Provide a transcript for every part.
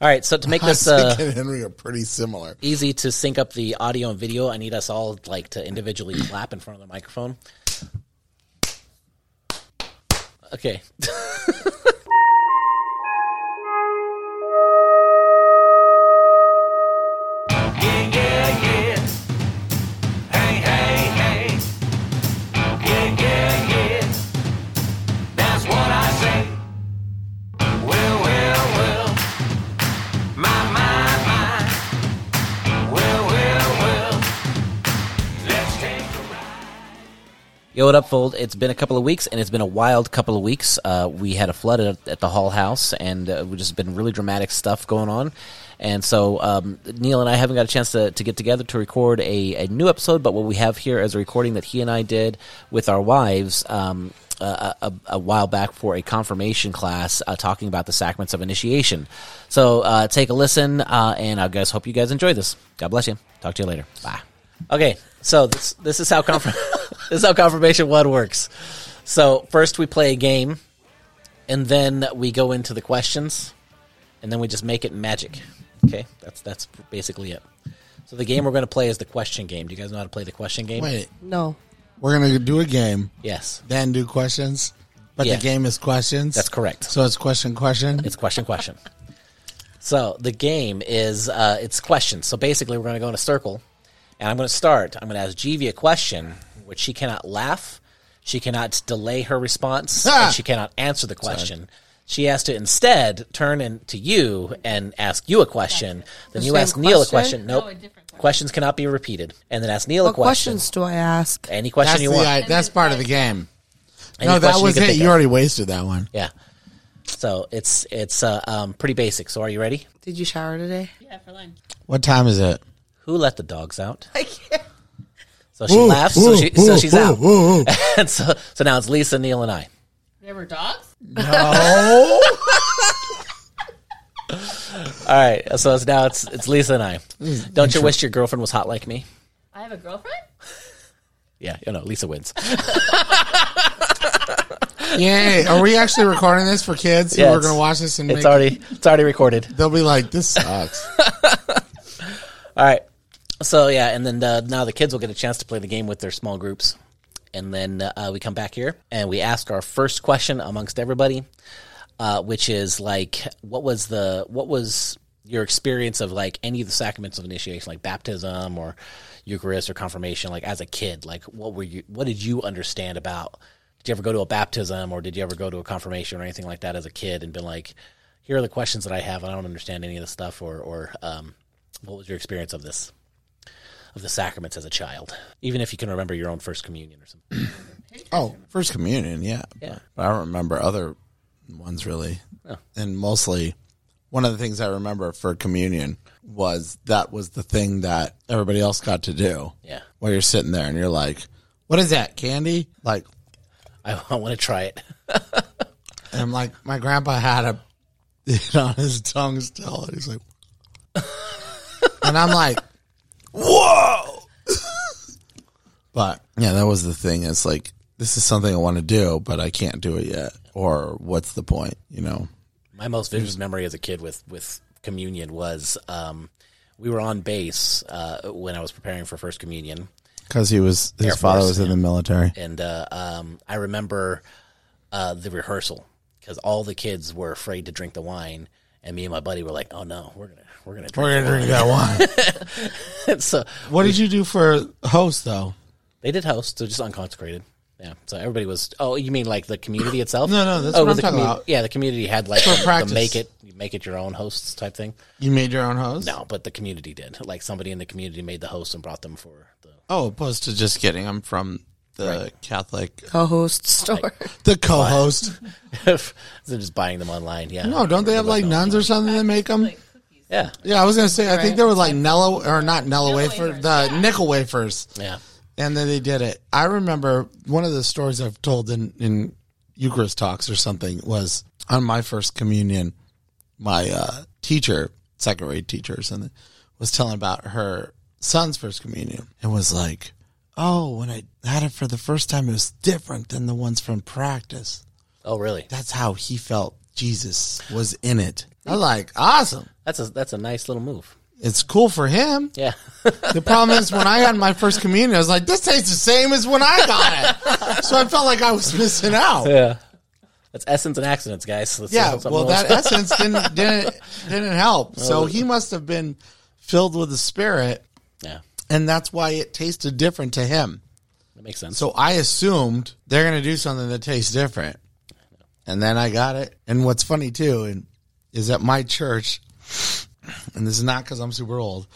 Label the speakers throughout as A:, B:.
A: All right, so to make this
B: Isaac
A: uh,
B: and Henry are pretty similar.
A: easy to sync up the audio and video, I need us all like to individually clap in front of the microphone. Okay.
C: Yeah, yeah, yeah. Hey, hey, hey. Yeah, yeah, yeah. That's what I say. Well, well, well. My, my, my. Well, well, well. Let's take a ride.
A: Yo, what up, Fold? It's been a couple of weeks, and it's been a wild couple of weeks. Uh, we had a flood at, at the Hall House, and uh, we just been really dramatic stuff going on. And so um, Neil and I haven't got a chance to, to get together to record a, a new episode, but what we have here is a recording that he and I did with our wives um, a, a, a while back for a confirmation class uh, talking about the sacraments of initiation. So uh, take a listen, uh, and I guys hope you guys enjoy this. God bless you. Talk to you later. Bye. Okay, so this this is how confirm- this is how confirmation one works. So first we play a game, and then we go into the questions, and then we just make it magic. Okay, that's that's basically it. So the game we're going to play is the question game. Do you guys know how to play the question game?
B: Wait,
D: No.
B: we're gonna do a game,
A: Yes,
B: then do questions, but
A: Yeah.
B: the game is questions.
A: That's correct.
B: So it's question question.
A: it's question question. So the game is uh, it's questions. So basically, we're going to go in a circle, and I'm going to start. I'm going to ask Jeevy a question, which she cannot laugh, she cannot delay her response,
B: Ah!
A: and she cannot answer the question. She has to instead turn in to you and ask you a question. Then you
D: same
A: ask Neil a question.
D: question?
A: Nope, questions cannot be repeated. And then ask Neil a
D: What
A: question.
D: questions do I ask?
A: Any question
B: that's
A: you
B: the,
A: want.
B: I- that's part of the game.
A: Any
B: no, that
A: question you
B: was
A: can
B: it.
A: think
B: You
A: of.
B: already wasted that one.
A: Yeah. So it's it's uh, um, pretty basic. So are you ready?
D: Did you shower today?
E: Yeah, for lunch.
B: What time is it?
A: Who let the dogs out? So she
B: Ooh,
A: laughs. so,
B: ooh,
A: she, so
B: ooh,
A: she's
B: ooh,
A: out.
B: ooh, ooh.
A: and so, so now it's Lisa, Neil, and I.
E: There were dogs?
B: No.
A: All right. So it's now it's it's Lisa and I. Don't you wish your girlfriend was hot like me?
E: I have a girlfriend?
A: Yeah, you know, Lisa wins.
B: Yay. Are we actually recording this for kids
A: Yeah,
B: who are
A: it's-
B: going to watch this and
A: It's
B: make,
A: already it's already recorded.
B: they'll be like, this sucks.
A: All right. So yeah, and then uh, now the kids will get a chance to play the game with their small groups, and then uh, we come back here and we ask our first question amongst everybody, uh, which is like, what was the what was your experience of like any of the sacraments of initiation, like baptism or Eucharist or confirmation, like as a kid, like what were you, what did you understand about? Did you ever go to a baptism or did you ever go to a confirmation or anything like that as a kid and been like, here are the questions that I have and I don't understand any of this stuff or or um, what was your experience of this of the sacraments as a child even if you can remember your own first communion or something
B: oh, First Communion, yeah.
A: Yeah.
B: But I don't remember other ones really.
A: Oh.
B: And mostly, one of the things I remember for Communion was that was the thing that everybody else got to do
A: yeah
B: while you're sitting there and you're like, what is that, candy? Like,
A: i, want to try it
B: and I'm like, my grandpa had a, it on his tongue still. And he's like, and I'm like, whoa. but yeah, that was the thing. It's like, this is something I want to do, but I can't do it yet. Or what's the point, you know?
A: my most vivid memory as a kid with with communion was um we were on base uh when i was preparing for first communion
B: Because he was, his
A: Air
B: father
A: Force,
B: was in the military.
A: and uh, um, I remember uh, the rehearsal because all the kids were afraid to drink the wine, and me and my buddy were like, "Oh no, we're gonna we're gonna drink."
B: We're going to drink that wine.
A: it." so
B: what did you do for host, though?
A: they did host, so just unconsecrated. Yeah, so everybody was. Oh, you mean like the community itself?
B: No, no, that's
A: oh, was
B: what I'm
A: the
B: talking
A: commu-
B: about.
A: Yeah, the community had like
B: For
A: the, the
B: practice.
A: make it, you make it your own hosts type thing.
B: You made your own host?
A: No, but the community did. Like somebody in the community made the hosts and brought them for the.
B: Oh, opposed to just kidding. I'm from the Catholic, Oh,
D: Co-host store.
B: the co host.
A: Instead of just buying them online. Yeah.
B: No, don't they have like nuns or something that make them?
E: Like cookies.
A: Yeah.
B: Yeah, I was gonna say. I think there were like Nello or not Nello wafer,
E: wafers,
B: the nickel wafers,
A: Yeah.
B: and then they did it. I remember one of the stories I've told in in Eucharist talks or something was on my first communion. My uh, teacher, second grade teacher or something, was telling about her son's first communion and was like, "Oh, when I had it for the first time, it was different than the ones from practice."
A: Oh, really?
B: That's how he felt Jesus was in it. I'm like, awesome.
F: That's a that's a nice little move.
B: It's cool for him.
F: Yeah.
B: The problem is when I had my first communion, I was like, this tastes the same as when I got it. So I felt like I was missing out.
F: yeah. That's essence and accidents, guys. That's
B: Yeah,
F: something
B: well,
F: else.
B: that essence didn't didn't didn't help. So he must have been filled with the Spirit,
F: yeah.
B: and that's why it tasted different to him.
F: That makes sense.
B: So I assumed they're going to do something that tastes different, and then I got it. And what's funny too, and is that my church, and this is not because I'm super old,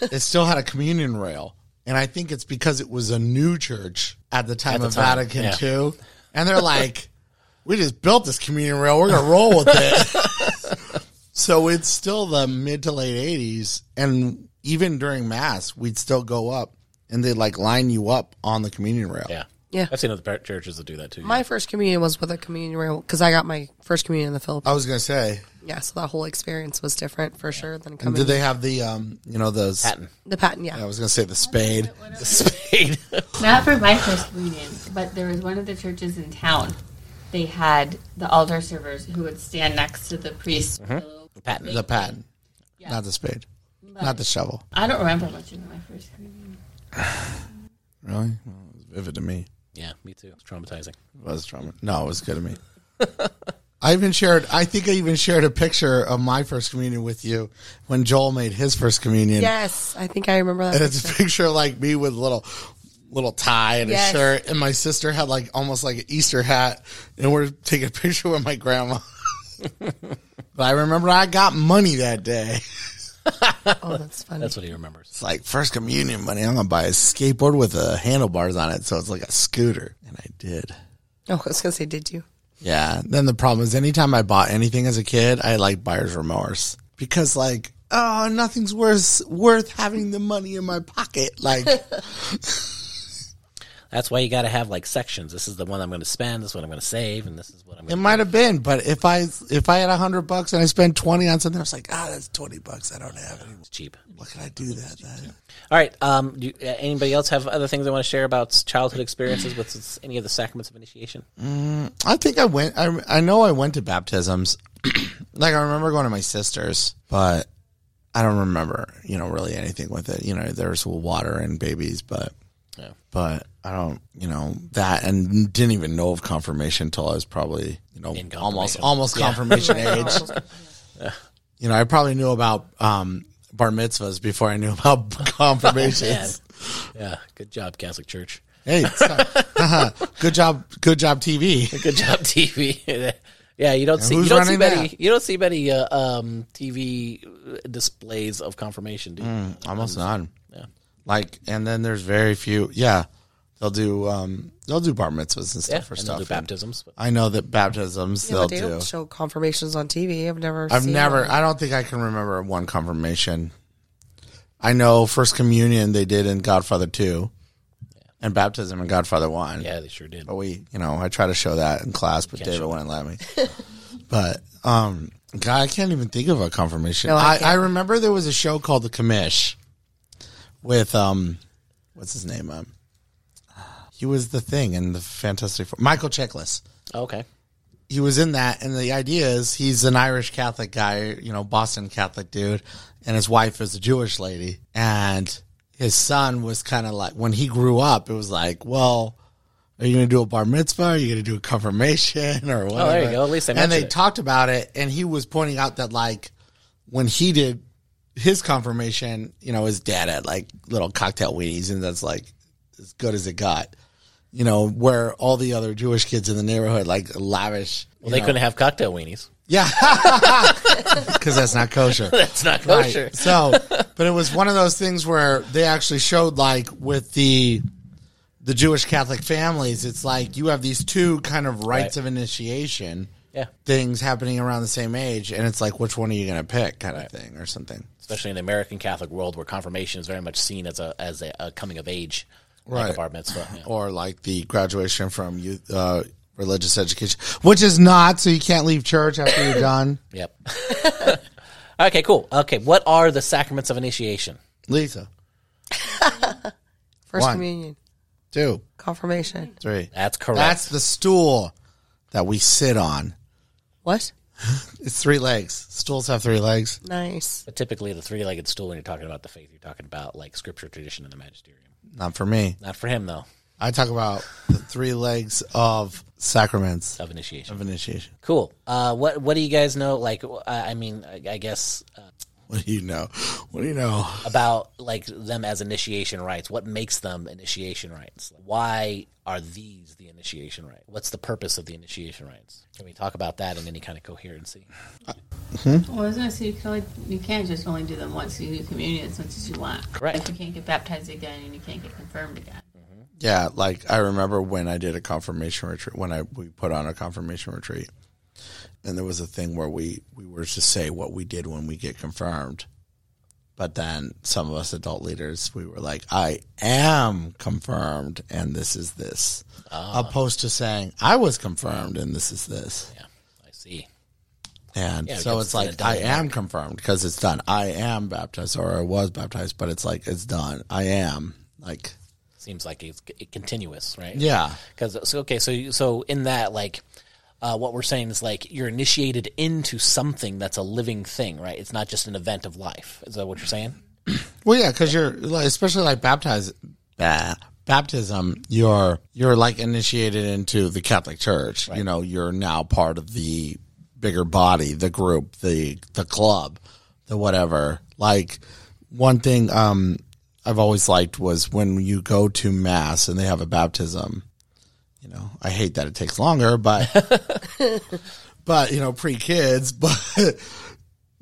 B: it still had a communion rail, and I think it's because it was a new church at the time
F: the
B: of
F: time,
B: Vatican
F: yeah.
B: II, and they're like. we just built this communion rail. We're gonna roll with it. so it's still the mid to late eighties, and even during mass, we'd still go up and they'd like line you up on the communion rail.
F: yeah.
D: Yeah.
F: I've seen other par- churches that do that too.
D: My first communion was with a communion rail because I got my first communion in the Philippines.
B: I was gonna say,
D: yeah, so that whole experience was different for sure than coming.
B: Oh. did Oh, they have the um, you know, the s-
F: Patton.
D: the patent? Yeah,
B: I was gonna say the spade.
F: Spade.
E: Not for my first communion, but there was one of the churches in town. They had the altar servers who would stand next to the priest.
F: Patton.
B: The patent, not the spade, not the shovel.
E: I don't remember much of my first communion.
B: Really, well, it was vivid to me.
F: Yeah, me too. It's traumatizing.
B: It was trauma. No, it was good to me. I even shared. I think I even shared a picture of my first communion with you when Joel made his first communion.
D: yes, I think I remember that.
B: and it's a picture of like me with little little tie and a
D: Yes.
B: shirt and my sister had like almost like an easter hat and we're taking a picture with my grandma but i remember i got money that day
D: oh, that's funny.
F: That's what he remembers.
B: it's like first communion money i'm gonna buy a skateboard with uh handlebars on it so it's like a scooter and i did
D: oh, I was gonna say, did you?
B: yeah then the problem is anytime i bought anything as a kid i had like buyer's remorse because like oh nothing's worth worth having the money in my pocket like
F: That's why you got to have like sections. This is the one I'm going to spend. This is what I'm going to save, and this is what I'm.
B: It
F: going to
B: might have been, but if I if I had a hundred bucks and I spent twenty on something, I was like, ah, that's twenty bucks. I don't have any.
F: It's cheap.
B: What can I do that? Then?
F: All right. Um. Do you, uh, anybody else have other things they want to share about childhood experiences with s- any of the sacraments of initiation?
B: I think I went. I I know I went to baptisms. like I remember going to my sister's, but I don't remember you know really anything with it. You know, there's water and babies, but
F: Yeah.
B: but I don't you know that and didn't even know of confirmation until I was probably you know
F: In
B: almost
F: confirmation.
B: almost confirmation age. you know, I probably knew about um, bar mitzvahs before I knew about confirmations.
F: Yeah. Good job, Catholic Church.
B: hey, it's- good job, good job, TV.
F: Good job, TV. yeah. You don't see. You
B: who's
F: don't see
B: running
F: many.
B: that?
F: You don't see many uh, um, TV displays of confirmation, do you?
B: Mm, Almost none.
F: Yeah.
B: Like, and then there's very few. Yeah, they'll do um, they'll do bar mitzvahs and stuff
F: Yeah.
B: for
F: and
B: stuff.
F: they'll do baptisms. but-
B: I know that baptisms
D: Yeah,
B: they'll
D: but they
B: do.
D: don't show confirmations on TV. I've never.
B: I've
D: seen
B: never.
D: one.
B: I don't think I can remember one confirmation. I know first communion they did in Godfather two, and baptism in Godfather one.
F: yeah, they sure did.
B: but we, you know, I try to show that in class, but David wouldn't let me. but um, God, I can't even think of a confirmation.
D: No, I
B: I, I,
D: can't.
B: remember there was a show called The Commish with um, what's his name? Um, he was the thing in the Fantastic Four. Michael Chiklis.
F: Oh, Okay.
B: He was in that, and the idea is he's an Irish Catholic guy, you know, Boston Catholic dude, and his wife is a Jewish lady, and his son was kind of like when he grew up, it was like, well. Are you going to do a bar mitzvah? Are you going to do a confirmation or whatever?
F: Oh, you go. At least they
B: and they
F: mentioned it.
B: talked about it, and he was pointing out that like when he did his confirmation, you know, his dad had like little cocktail weenies, and that's like as good as it got. You know, where all the other Jewish kids in the neighborhood like lavish.
F: Well, they couldn't have cocktail weenies.
B: Yeah, because that's not kosher.
F: That's not kosher.
B: Right. So, but it was one of those things where they actually showed like with the the Jewish Catholic families, it's like you have these two kind of
F: Right.
B: rites of initiation
F: Yeah.
B: things happening around the same age, and it's like which one are you going to pick, kind of thing, or something.
F: especially in the American Catholic world, where confirmation is very much seen as a as a, a coming of age, like
B: Right.
F: a bar mitzvah. Yeah.
B: or like the graduation from youth, uh, religious education, which is not. So you can't leave church after you're done.
F: Yep. okay, cool. Okay, what are the sacraments of initiation?
B: Lisa,
D: First
B: One.
D: communion,
B: two,
D: confirmation.
B: three.
F: That's correct.
B: That's the stool that we sit on.
D: What?
B: It's three legs. Stools have three legs.
D: Nice.
A: But typically, the three-legged stool when you're talking about the faith, you're talking about like scripture, tradition, and the magisterium.
B: Not for me.
A: Not for him though.
B: I talk about the three legs of sacraments
A: Of initiation.
B: of initiation.
A: Cool. Uh, what What do you guys know? Like, uh, I, I mean, I, I guess uh,
B: What do you know? What do you know?
A: about like them as initiation rites. What makes them initiation rites? Why are these the initiation rite? What's the purpose of the initiation rites? Can we talk about that in any kind of coherency?
E: Well, I was going to say you can only, you can't just only do them once. You do communion as much as you want.
A: Correct.
E: Like, you can't get baptized again, and you can't get confirmed again.
B: Yeah, like I remember when I did a confirmation retreat when I we put on a confirmation retreat, and there was a thing where we we were to say what we did when we get confirmed, but then some of us adult leaders we were like, I am confirmed and this is this,
A: Ah.
B: opposed to saying I was confirmed and this is this,
A: Yeah, I see.
B: and
A: Yeah,
B: so
A: because it's
B: it's
A: an
B: like I
A: adult
B: am confirmed because it's done. I am baptized or I was baptized, but it's like it's done. I am like
A: Seems like it's c- continuous, right?
B: yeah.
A: Because so okay, so you- so in that like. Uh, what we're saying is like you're initiated into something that's a living thing, right? It's not just an event of life. Is that what you're saying?
B: Well, yeah, because you're like, especially like baptized, baptism. You're you're like initiated into the Catholic Church. You know, you're now part of the bigger body, the group, the the club, the whatever. Like one thing um, I've always liked was when you go to mass and they have a baptism. You know, I hate that it takes longer, but but you know, pre kids, but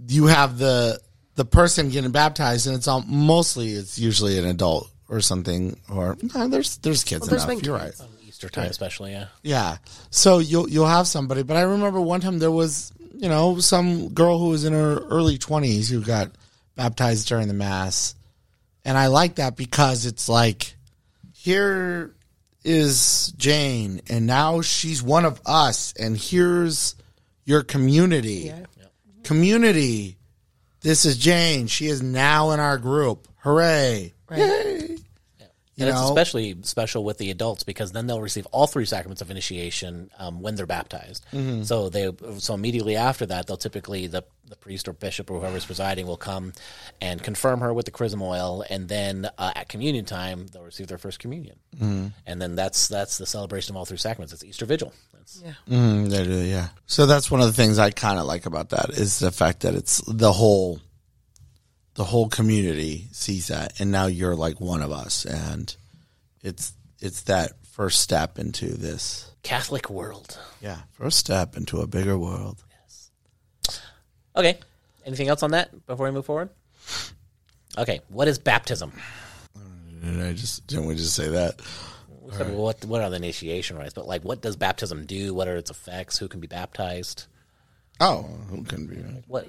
B: you have the the person getting baptized, and it's all mostly it's usually an adult or something, or no, there's there's kids
D: there's
B: enough.
D: been
B: You're
D: kids.
B: right.
A: Easter time, especially, yeah.
B: Yeah. So you'll you'll have somebody, but I remember one time there was you know some girl who was in her early twenties who got baptized during the mass, and I like that because it's like here is Jane, and now she's one of us, and here's your community, community. This is Jane. She is now in our group. Hooray!
A: And
B: You
A: it's
B: know?
A: especially special with the adults because then they'll receive all three sacraments of initiation um, when they're baptized.
B: Mm-hmm.
A: So they so immediately after that, they'll typically the the priest or bishop or whoever's presiding will come and confirm her with the chrism oil, and then uh, at communion time they'll receive their first communion,
B: Mm-hmm.
A: and then that's that's the celebration of all three sacraments. It's Easter Vigil. That's,
B: Mm, they do, yeah. So that's one of the things I kind of like about that is the fact that it's the whole, the whole community sees that, and now you're like one of us, and it's it's that first step into this,
A: Catholic world.
B: yeah, first step into a bigger world.
A: Okay. Anything else on that before we move forward? Okay. What is baptism?
B: Did I just didn't we just say that?
A: We said, well, what what are the initiation rites? But like, what does baptism do? What are its effects? Who can be baptized?
B: Oh, who can be?
A: What?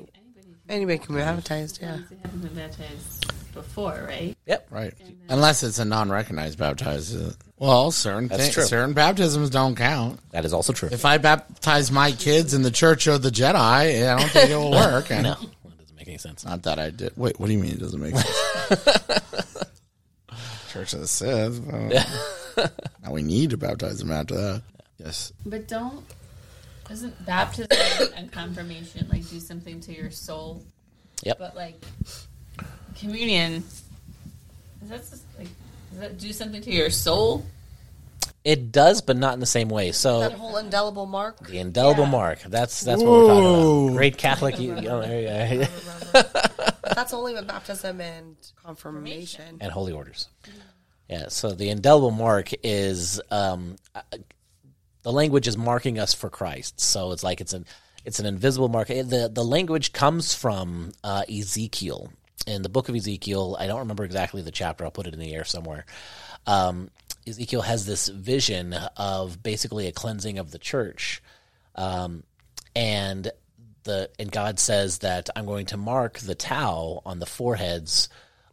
D: Anybody can be baptized. Yeah.
E: They haven't been baptized before, right?
A: Yep.
B: Right. Unless it's a non-recognized baptism. Well, certain
A: That's
B: thi-
A: true.
B: certain baptisms don't count.
A: That is also true.
B: If I baptize my kids in the Church of the Jedi, I don't think it will work.
A: no, that doesn't make any sense.
B: Not that I did. Wait, what do you mean it doesn't make sense? Church of the Sith. well, now we need to baptize him after that. Yes.
E: But don't doesn't baptism and confirmation like do something to your soul?
A: Yep.
E: But like communion, is that just, like does that do something to your soul?
A: It does, but not in the same way.
D: That
A: So
D: whole indelible mark.
A: the indelible
E: Yeah.
A: mark. That's that's what we're talking
B: Ooh.
A: about. Great Catholic. you- you know, yeah, yeah.
D: That's only with baptism and confirmation.
A: and holy orders. Yeah. So the indelible mark is um, uh, the language is marking us for Christ. So it's like it's an it's an invisible mark. It- the The language comes from uh, Ezekiel in the book of Ezekiel. I don't remember exactly the chapter. I'll put it in the air somewhere. Um, Ezekiel has this vision of basically a cleansing of the church and the and God says that I'm going to mark the tau on the foreheads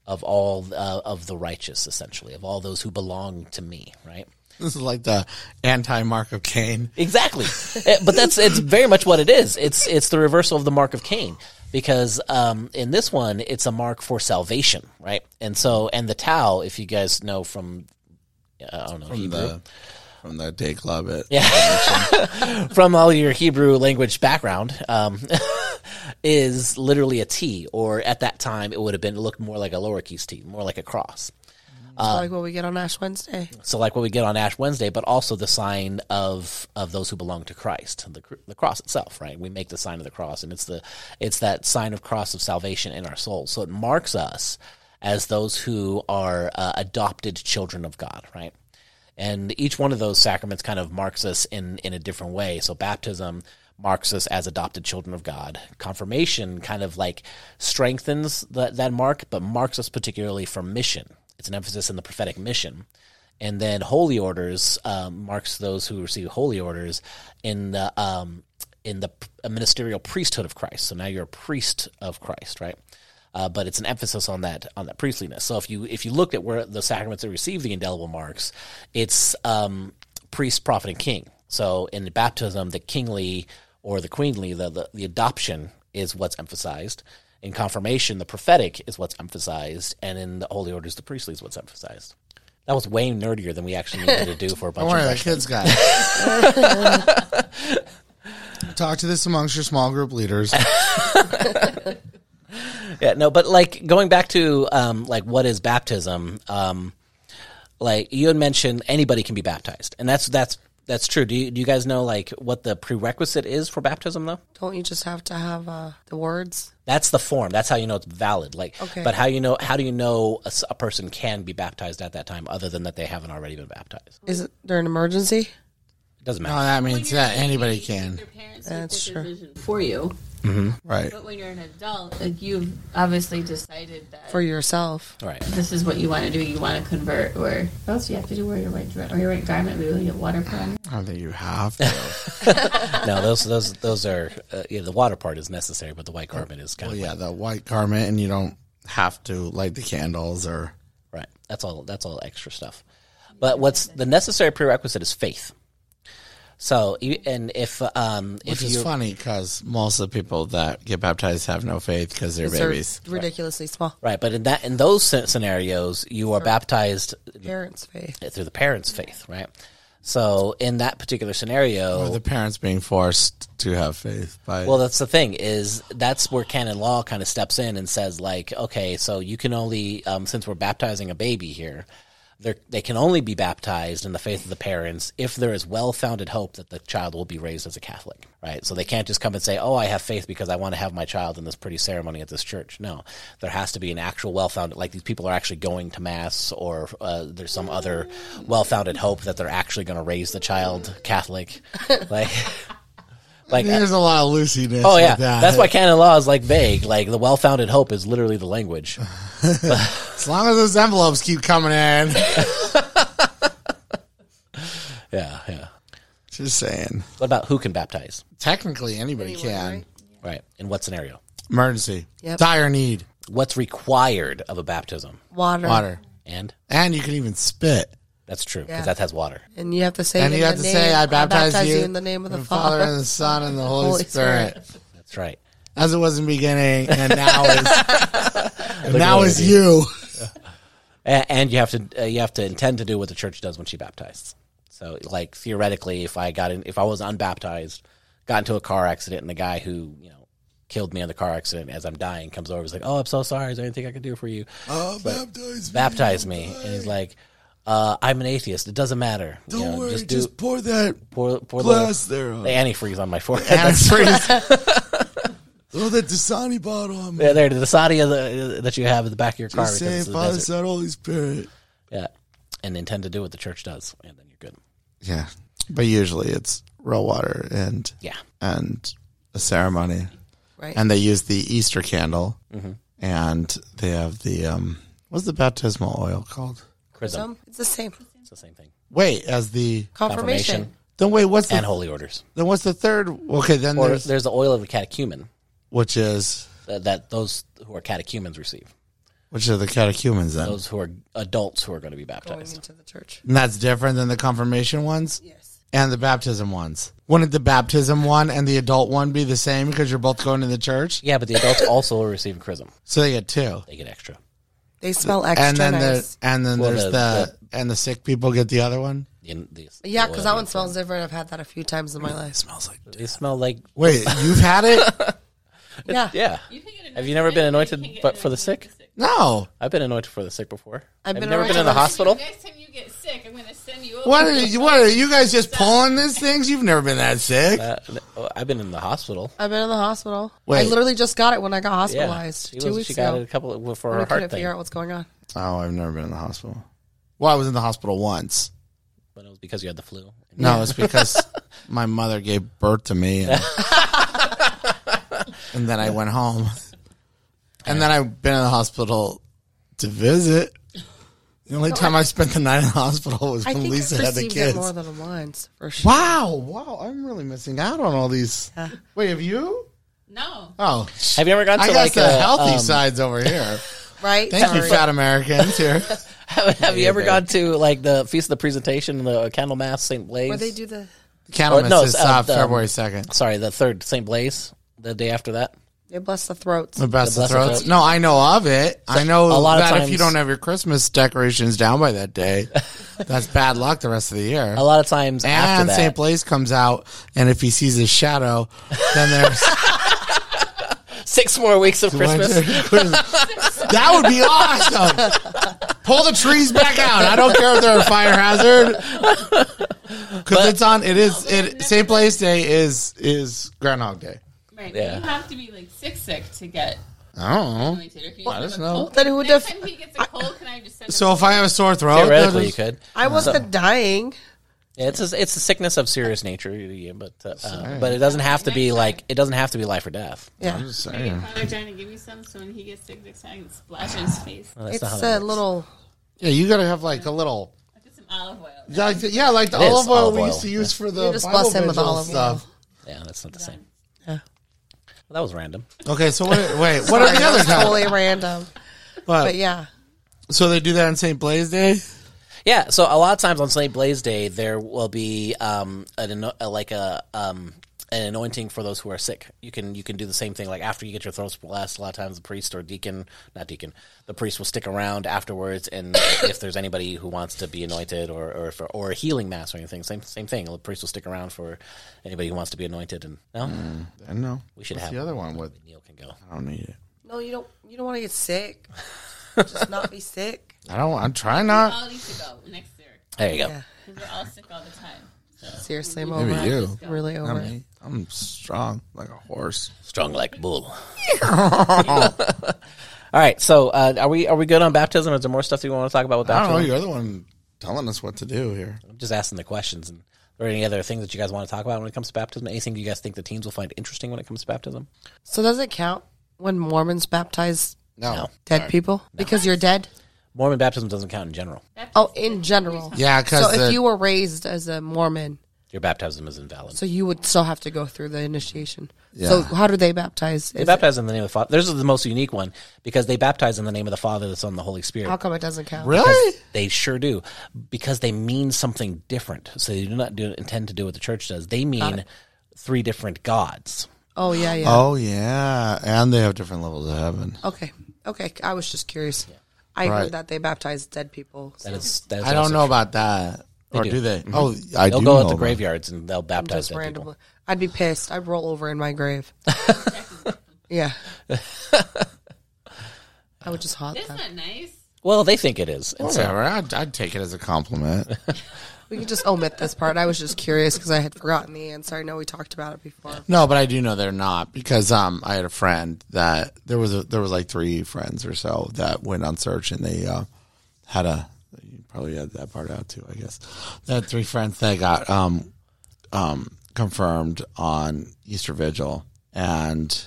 A: of all uh, of the righteous, essentially of all those who belong to me, right?
B: This is like the anti Mark of Cain.
A: Exactly, Eh, but that's it's very much what it is. It's it's the reversal of the mark of Cain because um, in this one it's a mark for salvation, right? And so and the tau, if you guys know from uh, I don't know Hebrew,
B: The from the day club at
A: from all your Hebrew language background um, is literally a T, or at that time it would have been looked more like a lowercase T, more like a cross.
D: like what we get on Ash Wednesday.
A: So like what we get on Ash Wednesday, but also the sign of of those who belong to Christ, the cr- the cross itself, right? We make the sign of the cross, and it's the it's that sign of cross of salvation in our soul. So it marks us as those who are uh, adopted children of God, right? And each one of those sacraments kind of marks us in in a different way. So baptism marks us as adopted children of God. Confirmation kind of like strengthens that that mark, but marks us particularly for mission. It's an emphasis in the prophetic mission and then holy orders um, marks those who receive holy orders in the um, in the p- ministerial priesthood of Christ. So now you're a priest of Christ, right? Uh, but it's an emphasis on that on that priestliness. So if you if you looked at where the sacraments that receive the indelible marks, it's um, priest, prophet, and king. So in baptism, the kingly or the queenly, the, the, the adoption is what's emphasized. In confirmation, the prophetic is what's emphasized, and in the holy orders, the priestly is what's emphasized. That was way nerdier than we actually needed to do for a bunch
B: Don't worry,
A: of
B: the
A: freshmen.
B: kids got it. Talk to this amongst your small group leaders.
A: Yeah, no, but like going back to um, like what is baptism? Um, like you had mentioned, anybody can be baptized, and that's that's that's true. Do you do you guys know like what the prerequisite is for baptism though?
D: Don't you just have to have uh, the words?
A: That's the form. That's how you know it's valid. Like,
D: Okay.
A: but how you know how do you know a, s- a person can be baptized at that time other than that they haven't already been baptized?
D: Is it there an emergency?
A: It doesn't
B: No,
A: matter.
B: that means that anybody can.
E: Your parents
D: That's
E: make the
D: true.
E: decision for you,
B: Right.
E: but when you're an adult, like you've obviously decided that
D: For yourself.
A: All right.
E: this is what you want to do. You want to convert, or what else do you have to do? Wear your white dress or your white garment. Maybe we'll get water put on. you.
B: I don't think you have to.
A: No, those those those are uh, yeah, the water part is necessary, but the white garment is kind
B: Well,
A: of
B: yeah, the white garment, and you don't have to light the candles or.
A: Right. That's all. That's all extra stuff. But what's the necessary prerequisite is faith. So, you- and if um, if
B: Which
A: you
B: is funny because most of the people that get baptized have no faith because they're
D: They're
B: babies.
D: ridiculously small.
A: right, but in that in those scen- scenarios, you are baptized
D: Parents' faith.
A: through the parents' faith, right? So, in that particular scenario,
B: Or the parents being forced to have faith by.
A: Well, that's the thing is that's where canon law kind of steps in and says like, okay, so you can only um, since we're baptizing a baby here, they they can only be baptized in the faith of the parents if there is well-founded hope that the child will be raised as a Catholic, right? So they can't just come and say, oh, I have faith because I want to have my child in this pretty ceremony at this church. No, there has to be an actual well-founded like these people are actually going to mass or uh, there's some other well-founded hope that they're actually going to raise the child Catholic, like. Like
B: there's a lot of loosiness.
A: Oh yeah,
B: with that.
A: that's why canon law is like vague. Like the well-founded hope is literally the language.
B: As long as those envelopes keep coming in.
A: Yeah, yeah.
B: Just saying.
A: What about who can baptize?
B: Technically, anybody can.
D: right?
A: Right. In what scenario?
B: Emergency.
D: Yep.
B: Dire need.
A: What's required of a baptism?
D: Water.
B: Water.
A: And
B: And you can even spit.
A: that's true because
D: Yeah.
A: that has water.
D: And you have to say,
B: And
D: in
B: you have
D: the
B: to
D: name-
B: say, I baptize, you,
D: in the name of the,
B: and
D: Father.
B: and the Son, and the Holy,
D: Holy
B: Spirit.
D: Spirit.
A: That's right.
B: As it was in the beginning, and now is, and now
A: what I
B: is
A: did.
B: you.
A: A- and you have to uh, you have to intend to do what the church does when she baptizes. So like theoretically, if I got in, if I was unbaptized, got into a car accident, and the guy who you know killed me in the car accident as I'm dying comes over, he's like, "Oh, I'm so sorry. Is there anything I can do for you?"
B: Oh, baptize
A: baptize me. And he's like, uh, I'm an atheist. It doesn't matter. You know, Just do
B: pour that
A: pour, pour
B: glass
A: the,
B: there on.
A: the antifreeze on my forehead.
B: antifreeze. Throw that Dasani bottle on me.
A: yeah, there, the Saudi the, that you have in the back of your car.
B: Just
A: because
B: say,
A: it's the
B: Father,
A: desert.
B: Son, Holy Spirit.
A: Yeah. And intend to do what the church does. And then you're good.
B: Yeah, but usually it's raw water and
A: Yeah.
B: and a ceremony,
D: Right.
B: and they use the Easter candle, and they have the um, what's the baptismal oil called?
A: Chrism.
D: Some- It's the same.
A: It's the same thing.
B: Wait, as the
D: Confirmation.
A: Confirmation.
B: then wait, what's
A: And
B: the
A: holy orders.
B: then what's the third? Okay, then
A: Or
B: there's,
A: there's the oil of the catechumen
B: which is
A: that, that those who are catechumens receive.
B: which are the catechumens then,
A: Those who are adults who are going to be
D: Going
A: baptized.
D: into the church.
B: and that's different than the confirmation ones
D: Yes.
B: and the baptism ones. Wouldn't the baptism one and the adult one be the same because you're both going to the church?
A: Yeah, but the adults also are receiving chrism.
B: So they get two.
A: They get extra.
D: They smell extra
B: and then
D: nice.
B: there's and then
A: Well,
B: there's
A: the-
B: the, and the sick people get the other one.
A: in this.
D: Yeah, because that one smells different. I've had that a few times in my life.
B: Smells like.
A: They smell like
B: Wait, you've had it?
D: Yeah,
A: yeah.
E: You can get anointed
A: Have you never been
E: and
A: anointed
E: you can get
A: but for the sick?
E: anointed
B: No.
A: I've been anointed for the sick before.
D: I've been
A: never been in
D: anointed
A: the
D: for the
A: hospital.
E: Next time you get sick, I'm going to send you over.
B: What
E: to
B: are
E: a
B: you? What are you guys just pulling these things? You've never been that sick.
A: Uh, n- oh, I've been in the hospital.
D: I've been in the hospital. I
B: Wait.
D: literally just got it when I got
A: Yeah,
D: hospitalized
A: she,
D: two
A: was-
D: weeks
A: she got
D: ago.
A: it a couple for
D: I
A: her
D: couldn't
A: heart thing,
D: figure out what's going on.
B: Oh, I've never been in the hospital. Well, I was in the hospital once.
A: but it was because you had the flu.
B: No, it's because my mother gave birth to me, and, and then I went home. And then I've been in the hospital to visit. The only time I, spent the night in the hospital was
D: I
B: when
D: think
B: Lisa
D: I've
B: had the
D: received
B: kids.
D: it more than once for sure.
B: wow, wow, I'm really missing out on all these. Wait, have you?
E: No.
B: Oh,
A: Have you ever gone to
B: I got
A: like
B: the
A: a
B: healthy
A: um,
B: sides over here.
D: Right?
B: Thank you,
D: Sorry.
B: fat Americans. Here,
A: Have you ever gone to like the feast of the presentation, the candle mass, St. Blaise?
D: Where they do the
B: Candlemas
A: no,
B: is
A: it's,
B: uh,
A: uh, the-
B: February second.
A: Sorry, the third St. Blaise, the day after that.
D: they bless the throats.
B: The best
A: The
B: of
A: Blessed
B: throats.
A: Throats.
B: No, I know of it. I know
A: a lot of
B: that if you
A: times-
B: don't have your Christmas decorations down by that day, that's bad luck the rest of the year.
A: A lot of times after
B: And
A: that,
B: St. Blaise comes out, and if he sees his shadow, then there's
A: six more weeks of Christmas.
B: that would be awesome. Pull the trees back out. I don't care if they're a fire hazard. Because it's on. It is. It St. Blaise Day is is Groundhog Day.
E: Right.
A: Yeah.
E: You have to be like sick sick to get
B: I don't know.
E: anointed. Or can you I
B: just know.
D: Then who def-
E: Next time he gets a cold, can I just send him
B: So if I have a sore throat,
A: Theoretically, you
B: just-
A: could.
D: I wasn't dying.
A: Yeah, it's a, it's a sickness of serious nature, yeah, but uh, uh, but it doesn't have to be like it doesn't have to be life or death.
D: Yeah.
B: I'm
E: I
B: sorry.
E: get Father John to give you some so when he gets sick next time, I can splash in his face.
B: Uh.
E: I
A: That's not
D: It's
A: how
D: a
A: that works.
D: little
B: Yeah, you gotta have like a little.
E: put some olive oil.
B: Yeah, like the, yeah, like the
A: is
B: olive oil
A: olive
B: we
A: oil,
B: used to use for the
D: You just
B: Bible
D: bless him with
B: vigil
D: olive oil.
B: stuff.
A: Yeah, that's not the same.
D: Yeah.
A: Well, that was random.
B: Okay, so wait, wait, what are the Uh, other
D: totally random. But yeah.
B: So they do that on St. Blaise Day.
A: Yeah, so a lot of times on St. Blaise Day, there will be um, an ano- uh, like a um, an anointing for those who are sick. You can you can do the same thing. Like after you get your throats blessed, a lot of times the priest or deacon, not deacon, the priest will stick around afterwards. And if there's anybody who wants to be anointed or or, for, or a healing mass or anything, same same thing. The priest will stick around for anybody who wants to be anointed. And no,
B: I know.
A: we should
B: Mm. What's
A: have
B: the other one. With
A: Neil can go.
B: I don't need it.
D: No, you don't you don't want to get sick. Just not be sick.
B: I don't. I'm trying
E: We
B: not.
E: all need to go next year
A: There you go.
D: Yeah.
E: because we're all sick all the time.
D: Seriously, I'm
B: Maybe
D: over it.
B: you.
D: I'm really over
B: I
D: it.
B: mean, I'm strong like a horse.
A: Strong like bull. All right, so uh, are we are we good on baptism? Is there more stuff that you want to talk about with
B: I
A: baptism?
B: don't know. You're the one telling us what to do here.
A: I'm just asking the questions. And are there any other things that you guys want to talk about when it comes to baptism? Anything you guys think the teens will find interesting when it comes to baptism?
D: So does it count when Mormons baptize
B: No.
D: dead people? Because you're dead?
A: Mormon baptism doesn't count in general.
D: Oh, in general.
B: Yeah,
D: So
B: because
D: if you were raised as a Mormon,
A: Your baptism is invalid.
D: so you would still have to go through the initiation. So how do they baptize?
A: they
D: Is
A: baptize in the name of the Father. This is the most unique one because they baptize in the name of the Father, the Son, and the Holy
D: it-
A: Spirit.
D: how come it doesn't count?
B: really,
A: They sure do because they mean something different. So they do not do, intend to do what the church does. They mean three different gods.
D: Oh yeah, yeah.
B: oh yeah, and they have different levels of heaven.
D: Okay, okay. I was just curious. I
B: Right.
D: heard that they baptize dead people.
A: That is, that is
B: I don't
A: also
B: know about that. or
A: do.
B: do, they? Oh, I
A: They'll
B: do.
A: go
B: know
A: at the
B: about-
A: graveyards and they'll baptize
D: just
A: dead
D: randomly.
A: people.
D: I'd be pissed. I'd roll over in my grave. yeah. I would just haunt
E: That's
D: that.
E: not nice.
A: Well, they think it is. And so-
B: Whatever. I'd, I'd take it as a compliment.
D: We can just omit this part. I was just curious because I had forgotten the answer. I know we talked about it before.
B: No, but I do know they're not because um I had a friend that there was a, there was like three friends or so that went on search and they uh, had a you probably had that part out too I guess they had three friends that got um um confirmed on Easter Vigil and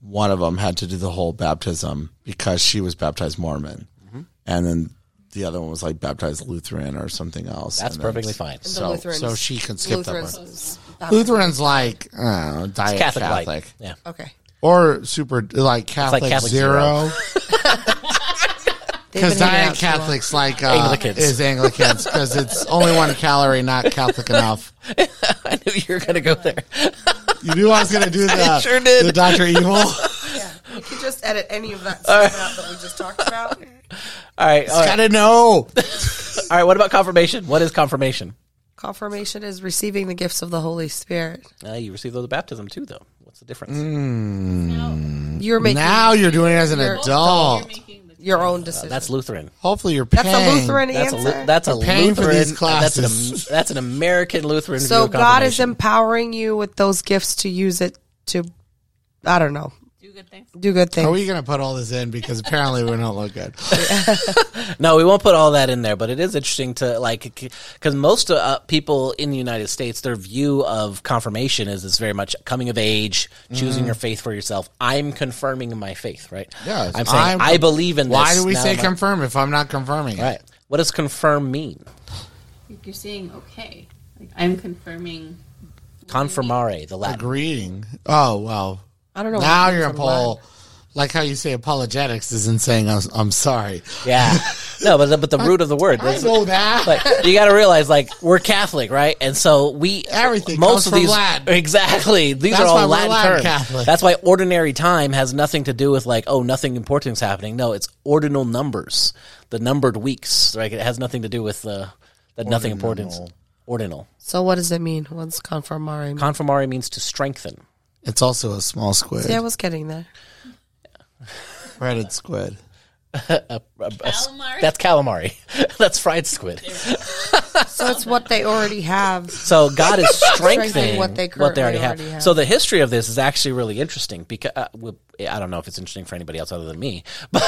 B: one of them had to do the whole baptism because she was baptized Mormon
A: Mm-hmm.
B: and then the other one was like baptized Lutheran or something else
A: That's
B: And then-
A: perfectly fine.
D: The
B: so
D: Lutherans-
B: so she can skip that one.
D: Lutherans,
B: Lutheran's like uh, diet
A: Catholic,
B: Catholic.
A: Catholic. Yeah.
D: Okay.
B: or super like Catholic,
A: Catholic
B: zero.
D: They've
B: Because
D: been hanging
B: diet
D: out too long.
B: Catholics like uh,
A: Anglicans.
B: is Anglicans because it's only one calorie, not Catholic enough.
A: I knew you were going to go there.
B: You knew I was going to do the
A: sure did.
B: the Doctor Evil.
D: You could just edit any of that stuff out that we just talked about.
A: All right. All right.
B: Gotta
A: All
B: know.
A: right. What about confirmation? What is confirmation?
D: Confirmation is receiving the gifts of the Holy Spirit.
A: Uh, you receive those at baptism too, though. What's the difference?
B: Mm.
E: No.
D: You're making
B: Now you're doing it as an
D: You're-
E: You're
B: adult.
E: making the
D: your own decision.
A: That's Lutheran.
B: Hopefully you're paying.
D: That's a Lutheran
A: That's a
D: answer.
A: Lu- that's a
B: paying
A: Lutheran.
B: for these
A: That's an, Am-
B: classes.
A: that's an American Lutheran. view
D: so
A: of
D: God is
A: confirmation.
D: empowering you with those gifts to use it to, I don't know,
E: Do good things.
D: do good things.
B: Are we going to put all this in? Because apparently we don't look good.
A: No, we won't put all that in there, but it is interesting to like because most uh, people in the United States, their view of confirmation is it's very much coming of age,
B: Mm.
A: choosing your faith for yourself. I'm confirming my faith, right?
B: Yes,
A: I'm saying
B: I'm-
A: i believe in.
B: Why
A: this.
B: do we
A: Now
B: say
A: I'm a-
B: confirm if I'm not confirming? it?
A: Right. What does confirm mean?
E: Like, You're saying okay. Like I'm confirming.
A: Confirmare, the Latin.
B: Agreeing. Oh, well.
D: I don't know.
B: now
D: what it
B: you're in
D: means on
B: Paul. Like how you say apologetics isn't saying I'm, I'm sorry.
A: Yeah. No, but the, but the root of the word.
B: I
A: That's-
B: know that.
A: But you got to realize, like, we're Catholic, right? And so we
B: Everything comes
A: most of
B: from
A: these
B: Latin.
A: exactly these
B: That's
A: are
B: why
A: all
B: we're
A: Latin,
B: Latin
A: terms.
B: Catholic.
A: That's why ordinary time has nothing to do with like oh nothing important is happening. No, it's ordinal numbers, the numbered weeks. Right? It has nothing to do with uh, that nothing important. is- Ordinal.
D: So what does it mean? What's confirmare? mean?
A: Confirmare means to strengthen.
B: It's also a small squid.
D: yeah, I was getting there.
B: Breaded squid.
E: Calamari.
A: That's calamari. That's fried squid.
D: So it's what they already have.
A: So God is strengthening
D: Strengthening
A: what
D: what
A: they,
D: they
A: already,
D: currently
A: have.
D: already have.
A: So the history of this is actually really interesting because uh, well, I don't know if it's interesting for anybody else other than me, but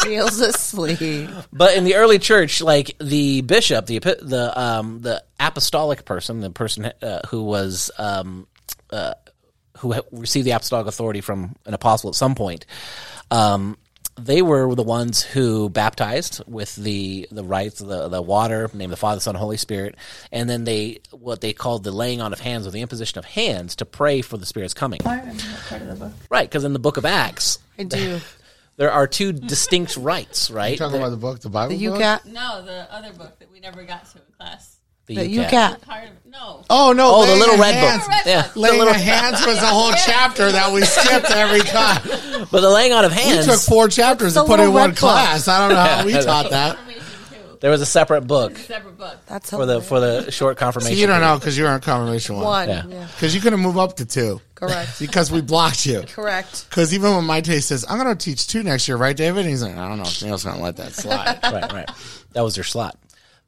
D: Feels asleep.
A: but in the early church, like the bishop, the epi- the um, the apostolic person, the person uh, who was um, uh, who ha- received the apostolic authority from an apostle at some point, um, they were the ones who baptized with the the rites, the the water, name of the Father, Son, Holy Spirit, and then they what they called the laying on of hands or the imposition of hands to pray for the Spirit's coming.
E: I remember that part of the book.
A: Right, because in the Book of Acts.
D: I do.
A: There are two distinct rites, right?
B: Talking about the book, the Bible.
D: The
B: book?
D: UCAT.
E: No, the other book that we never got to in class.
A: The
D: The
A: UCAT.
D: UCAT.
E: Part of no.
B: Oh no!
A: Oh, the
B: Laying
A: little
B: of
A: red
B: hands.
A: book. Yeah.
B: Laying of hands was a whole chapter that we skipped every time.
A: But the laying on of
B: We
A: hands.
B: took four chapters and
D: the
B: put it in
D: little
B: one
D: red book?
B: class. I don't know how we taught that.
E: Confirmation too.
A: There was a separate book
E: Separate book.
D: That's
A: for the for the short
B: So
A: confirmation.
B: you don't know because you were in confirmation one.
D: one.
A: Yeah.
D: Yeah.
B: Because you couldn't move up to two
D: Correct.
B: because we blocked you.
D: Correct.
B: Because even when my taste says I'm going to teach two next year, right, David? And he's like, I don't know if Neil's going to let that slide.
A: Right, right. That was your slot.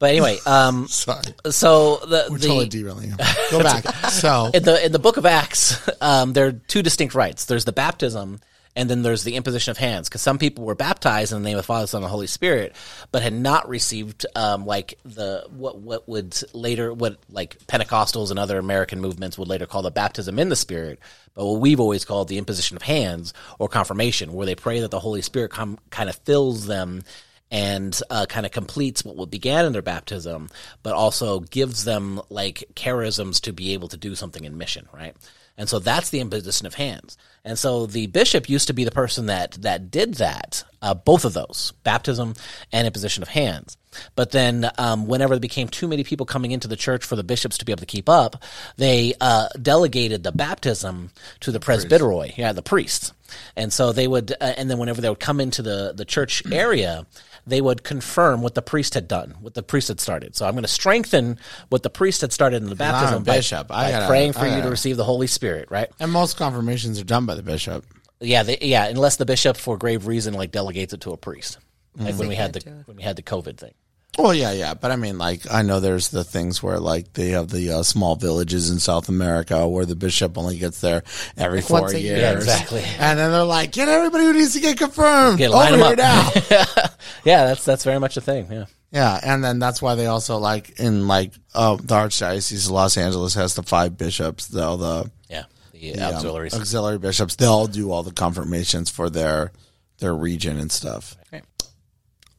A: But anyway, um,
B: Sorry,
A: so the
B: we're
A: the
B: totally derailing him. Go back. So
A: in the in the book of Acts, um, there are two distinct rites. There's the baptism, and then there's the imposition of hands. Because some people were baptized in the name of the Father, Son, and Holy Spirit, but had not received um, like the what what would later what like Pentecostals and other American movements would later call the baptism in the Spirit, but what we've always called the imposition of hands or confirmation, where they pray that the Holy Spirit com- kind of fills them and uh, kind of completes what began in their baptism, but also gives them like charisms to be able to do something in mission, right? And so that's the imposition of hands. And so the bishop used to be the person that that did that, uh, both of those, baptism and imposition of hands. But then, um, whenever there became too many people coming into the church for the bishops to be able to keep up, they uh, delegated the baptism to the presbyteroi, yeah, the priests. And so they would, uh, and then whenever they would come into the, the church area, they would confirm what the priest had done, what the priest had started. So I'm going to strengthen what the priest had started in the
B: I'm a
A: baptism by,
B: bishop. I
A: by
B: gotta-
A: praying for
B: I
A: you to
B: gotta-
A: receive the Holy Spirit, right?
B: and most confirmations are done by the bishop.
A: Yeah, they, yeah, unless the bishop for grave reason like delegates it to a priest. Like
B: Mm-hmm.
A: when we had the when we had the COVID thing.
B: Well, yeah, yeah, but I mean, like, I know there's the things where, like, they have the uh, small villages in South America where the bishop only gets there every four
D: once a year.
B: years,
A: Yeah, exactly.
B: And then they're like, "Get everybody who needs to get confirmed
A: Get- line
B: over here
A: 'em
B: now."
A: up. Yeah, that's that's very much a thing. Yeah.
B: yeah, and then that's why they also like in like uh, the archdiocese of Los Angeles has the five bishops, though the
A: Yeah. The
B: um,
A: auxiliaries.
B: auxiliary bishops. They all do all the confirmations for their their region and stuff.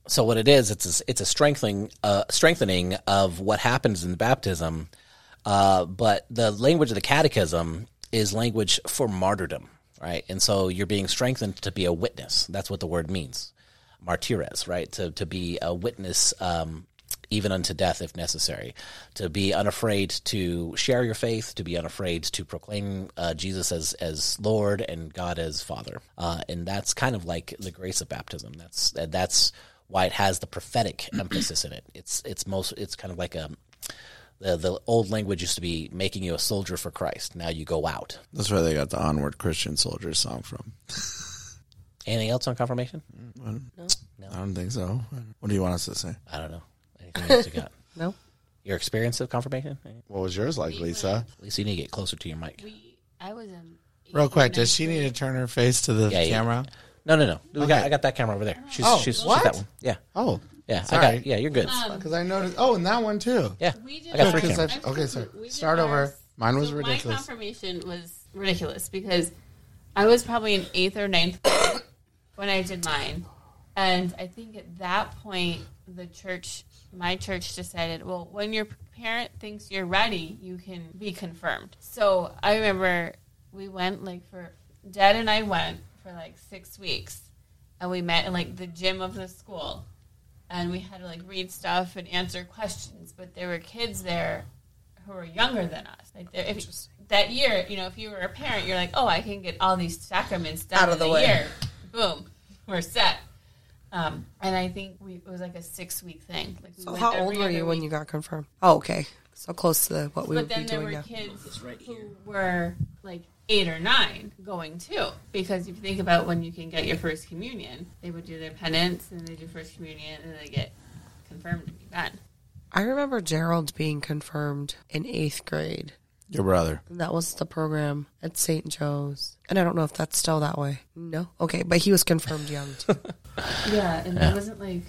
A: so what it is it's a, it's a strengthening uh, strengthening of what happens in baptism uh, but the language of the catechism is language for martyrdom right and so you're being strengthened to be a witness that's what the word means martyres right to, to be a witness um, even unto death if necessary to be unafraid to share your faith to be unafraid to proclaim uh, jesus as, as lord and god as father uh, and that's kind of like the grace of baptism that's that's why it has the prophetic emphasis in it. It's it's most it's kind of like a the the old language used to be making you a soldier for Christ. Now you go out.
B: That's where they got the Onward Christian Soldiers song from.
A: Anything else on confirmation?
B: I don't think so. What do you want us to say?
A: I don't know. Anything else you got?
D: No.
A: Your experience of confirmation?
B: What was yours like, Lisa?
A: At least you need to get closer to your mic.
E: We, I was in.
B: Real quick, does she need to turn her face to the
A: Yeah, yeah.
B: camera?
A: No, no, no. We got,
B: Okay.
A: I got that camera over there. She's,
B: Oh,
A: she's, she's
B: what?
A: that one. Yeah,
B: Oh,
A: yeah. I
B: Sorry.
A: got. Yeah, you're good.
E: Um,
B: because I noticed. Oh, and that one too.
A: yeah,
E: Uh, We did
A: I got
E: our-
A: three
B: Because
A: cameras.
B: I've-
E: I'm
B: okay,
E: so-
B: sorry.
E: we did
B: Start over.
E: ours-
B: Mine was
E: so My
B: ridiculous.
E: confirmation was ridiculous because I was probably in eighth or ninth grade when I did mine, and I think at that point the church, my church, decided, well, when your parent thinks you're ready, you can be confirmed. So I remember we went like for Dad and I went for like six weeks, and we met in like the gym of the school and we had to like read stuff and answer questions. But there were kids there who were younger than us. Like there, if, that year, you know, if you were a parent, you're like, oh, I can get all these sacraments done
D: Out of
E: in
D: the
E: a
D: way.
E: year. Boom, we're set. Um, and I think we, it was like a six week thing. Like we
D: So
E: went
D: how
E: every
D: old were
E: other
D: you when
E: week.
D: you got confirmed? Oh, okay. So close to what we
E: But
D: would be
E: then there
D: doing
E: were
D: now.
E: kids who were like eight or nine going too, because if you think about when you can get your first communion, they would do their penance and they do first communion and they get confirmed to be done.
D: I remember Gerald being confirmed in eighth grade.
B: Your brother.
D: And That was the program at St. Joe's. And I don't know if that's still that way. No? Okay, but he was confirmed young too.
E: Yeah, and it wasn't like,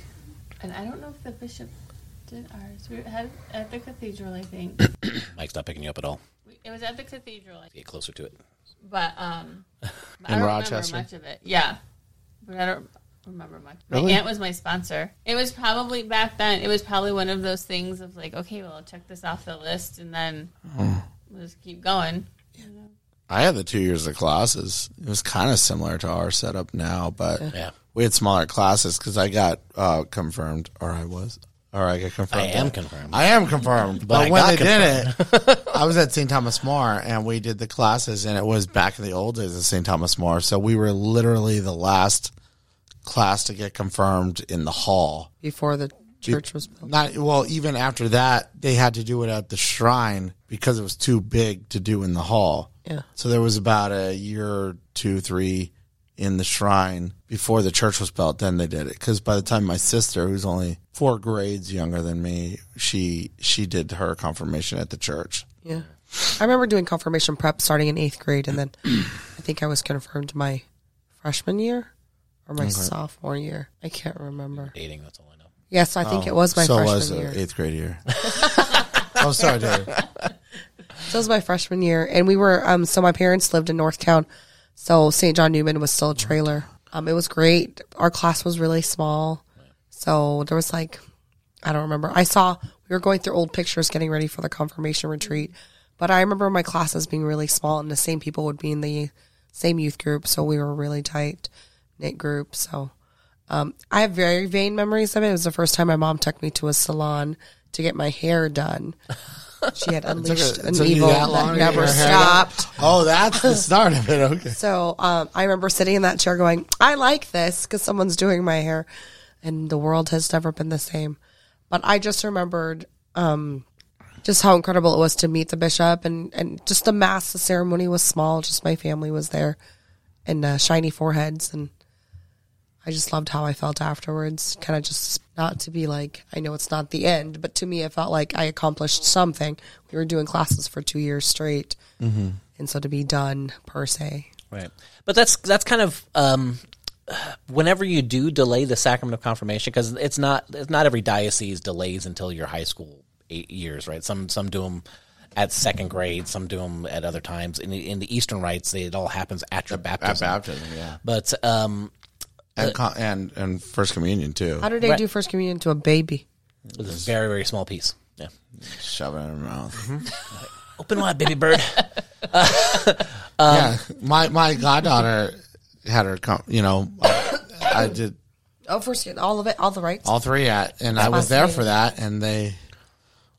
E: and I don't know if the bishop did ours. We had at the cathedral, I think.
A: Mike's not picking you up at all.
E: We- it was at the cathedral,
A: Get closer to it.
E: but um, I don't
B: Rochester?
E: remember much of it. Yeah, but I don't remember much.
B: Really?
E: My aunt was my sponsor. It was probably back then. It was probably one of those things of like, okay, well, I'll check this off the list, and then
B: Hmm.
E: we'll just keep going.
B: I had the two years of classes. It was kind of similar to our setup now, but
A: Yeah.
B: we had smaller classes because I got uh, confirmed, or I was, or I got confirmed.
A: I am confirmed.
B: I am confirmed, but,
A: I
B: when
A: got
B: they did it, I was at St. Thomas More, and we did the classes, and it was back in the old days of St. Thomas More, so we were literally the last class to get confirmed in the hall.
D: before the church was built.
B: Not well, even after that, they had to do it at the shrine because it was too big to do in the hall.
D: Yeah.
B: So there was about a year, two, three in the shrine before the church was built. Then they did it because by the time my sister, who's only four grades younger than me, she she did her confirmation at the church.
D: Yeah. I remember doing confirmation prep starting in eighth grade, and then I think I was confirmed my freshman year or my sophomore year. I can't remember.
A: Dating. That's all I know.
D: Yes, I think it was my
B: Oh, so
D: freshman
B: was the
D: year.
B: eighth grade year. oh, sorry, Dave.
D: So it was my freshman year, and we were um. So my parents lived in Northtown, so St. John Newman was still a trailer. Um, it was great. Our class was really small, so there was like, I don't remember. I saw we were going through old pictures, getting ready for the confirmation retreat, but I remember my classes being really small, and the same people would be in the same youth group, so we were really tight knit group. So um, I have very vain memories of it. It was the first time my mom took me to a salon to get my hair done. She had unleashed
B: it
D: an
B: took you
D: evil
B: that
D: that,
B: long to get
D: never
B: your hair done?
D: stopped.
B: Oh, that's the start of it. Okay.
D: So um, I remember sitting in that chair going, I like this because someone's doing my hair. And the world has never been the same. But I just remembered um, just how incredible it was to meet the bishop and, and just the mass. The ceremony was small, just my family was there and uh, shiny foreheads. And I just loved how I felt afterwards. Kind of just not to be like, I know it's not the end, but to me, it felt like I accomplished something. We were doing classes for two years straight. And so to be done per se
A: Right. But that's that's kind of um, whenever you do delay the sacrament of confirmation because it's not it's not every diocese delays until your high school eight years, right? Some some do them at second grade, some do them at other times. In the, in the Eastern rites, they, it all happens at your baptism.
B: baptism, yeah,
A: but um,
B: and con- and and first communion too.
D: How did they do first communion to a baby?
A: it's a very very small piece. Yeah.
B: Shove it in her mouth.
A: Open wide, baby bird. Um,
B: yeah, my my goddaughter had her. Com- you know, I, I did
D: Oh, first all of it, all the rights.
B: all three at, and I was there for that. And they,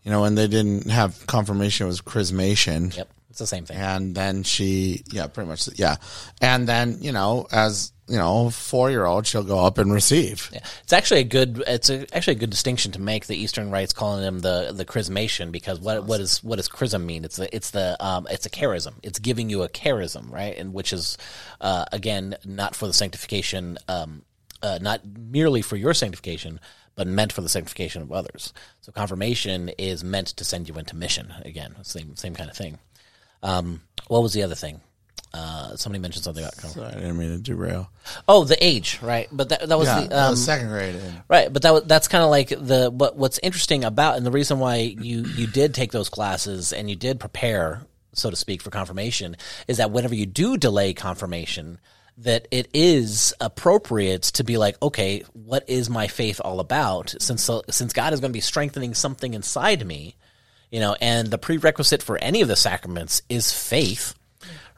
B: you know, and they didn't have confirmation. It was chrismation.
A: Yep. It's the same thing.
B: and then she yeah pretty much yeah and then you know as you know four year old she'll go up and receive
A: Yeah. It's actually a good. It's a, actually a good distinction to make. The Eastern rites calling them the the chrismation because what what is what does chrism mean? It's the it's the um it's a charism. It's giving you a charism, right? And which is, uh, again, not for the sanctification, um, uh, not merely for your sanctification, but meant for the sanctification of others. So confirmation is meant to send you into mission. Again, same same kind of thing. Um, what was the other thing? Uh, somebody mentioned something about confirmation.
B: Sorry, i didn't mean to derail
A: Oh, the age, right? But that that was
B: yeah
A: the um,
B: second grade and
A: Right, but that wa- that's kind of like the what what's interesting about and the reason why you you did take those classes and you did prepare so to speak for confirmation is that whenever you do delay confirmation that it is appropriate to be like okay what is my faith all about since since God is going to be strengthening something inside me you know and the prerequisite for any of the sacraments is faith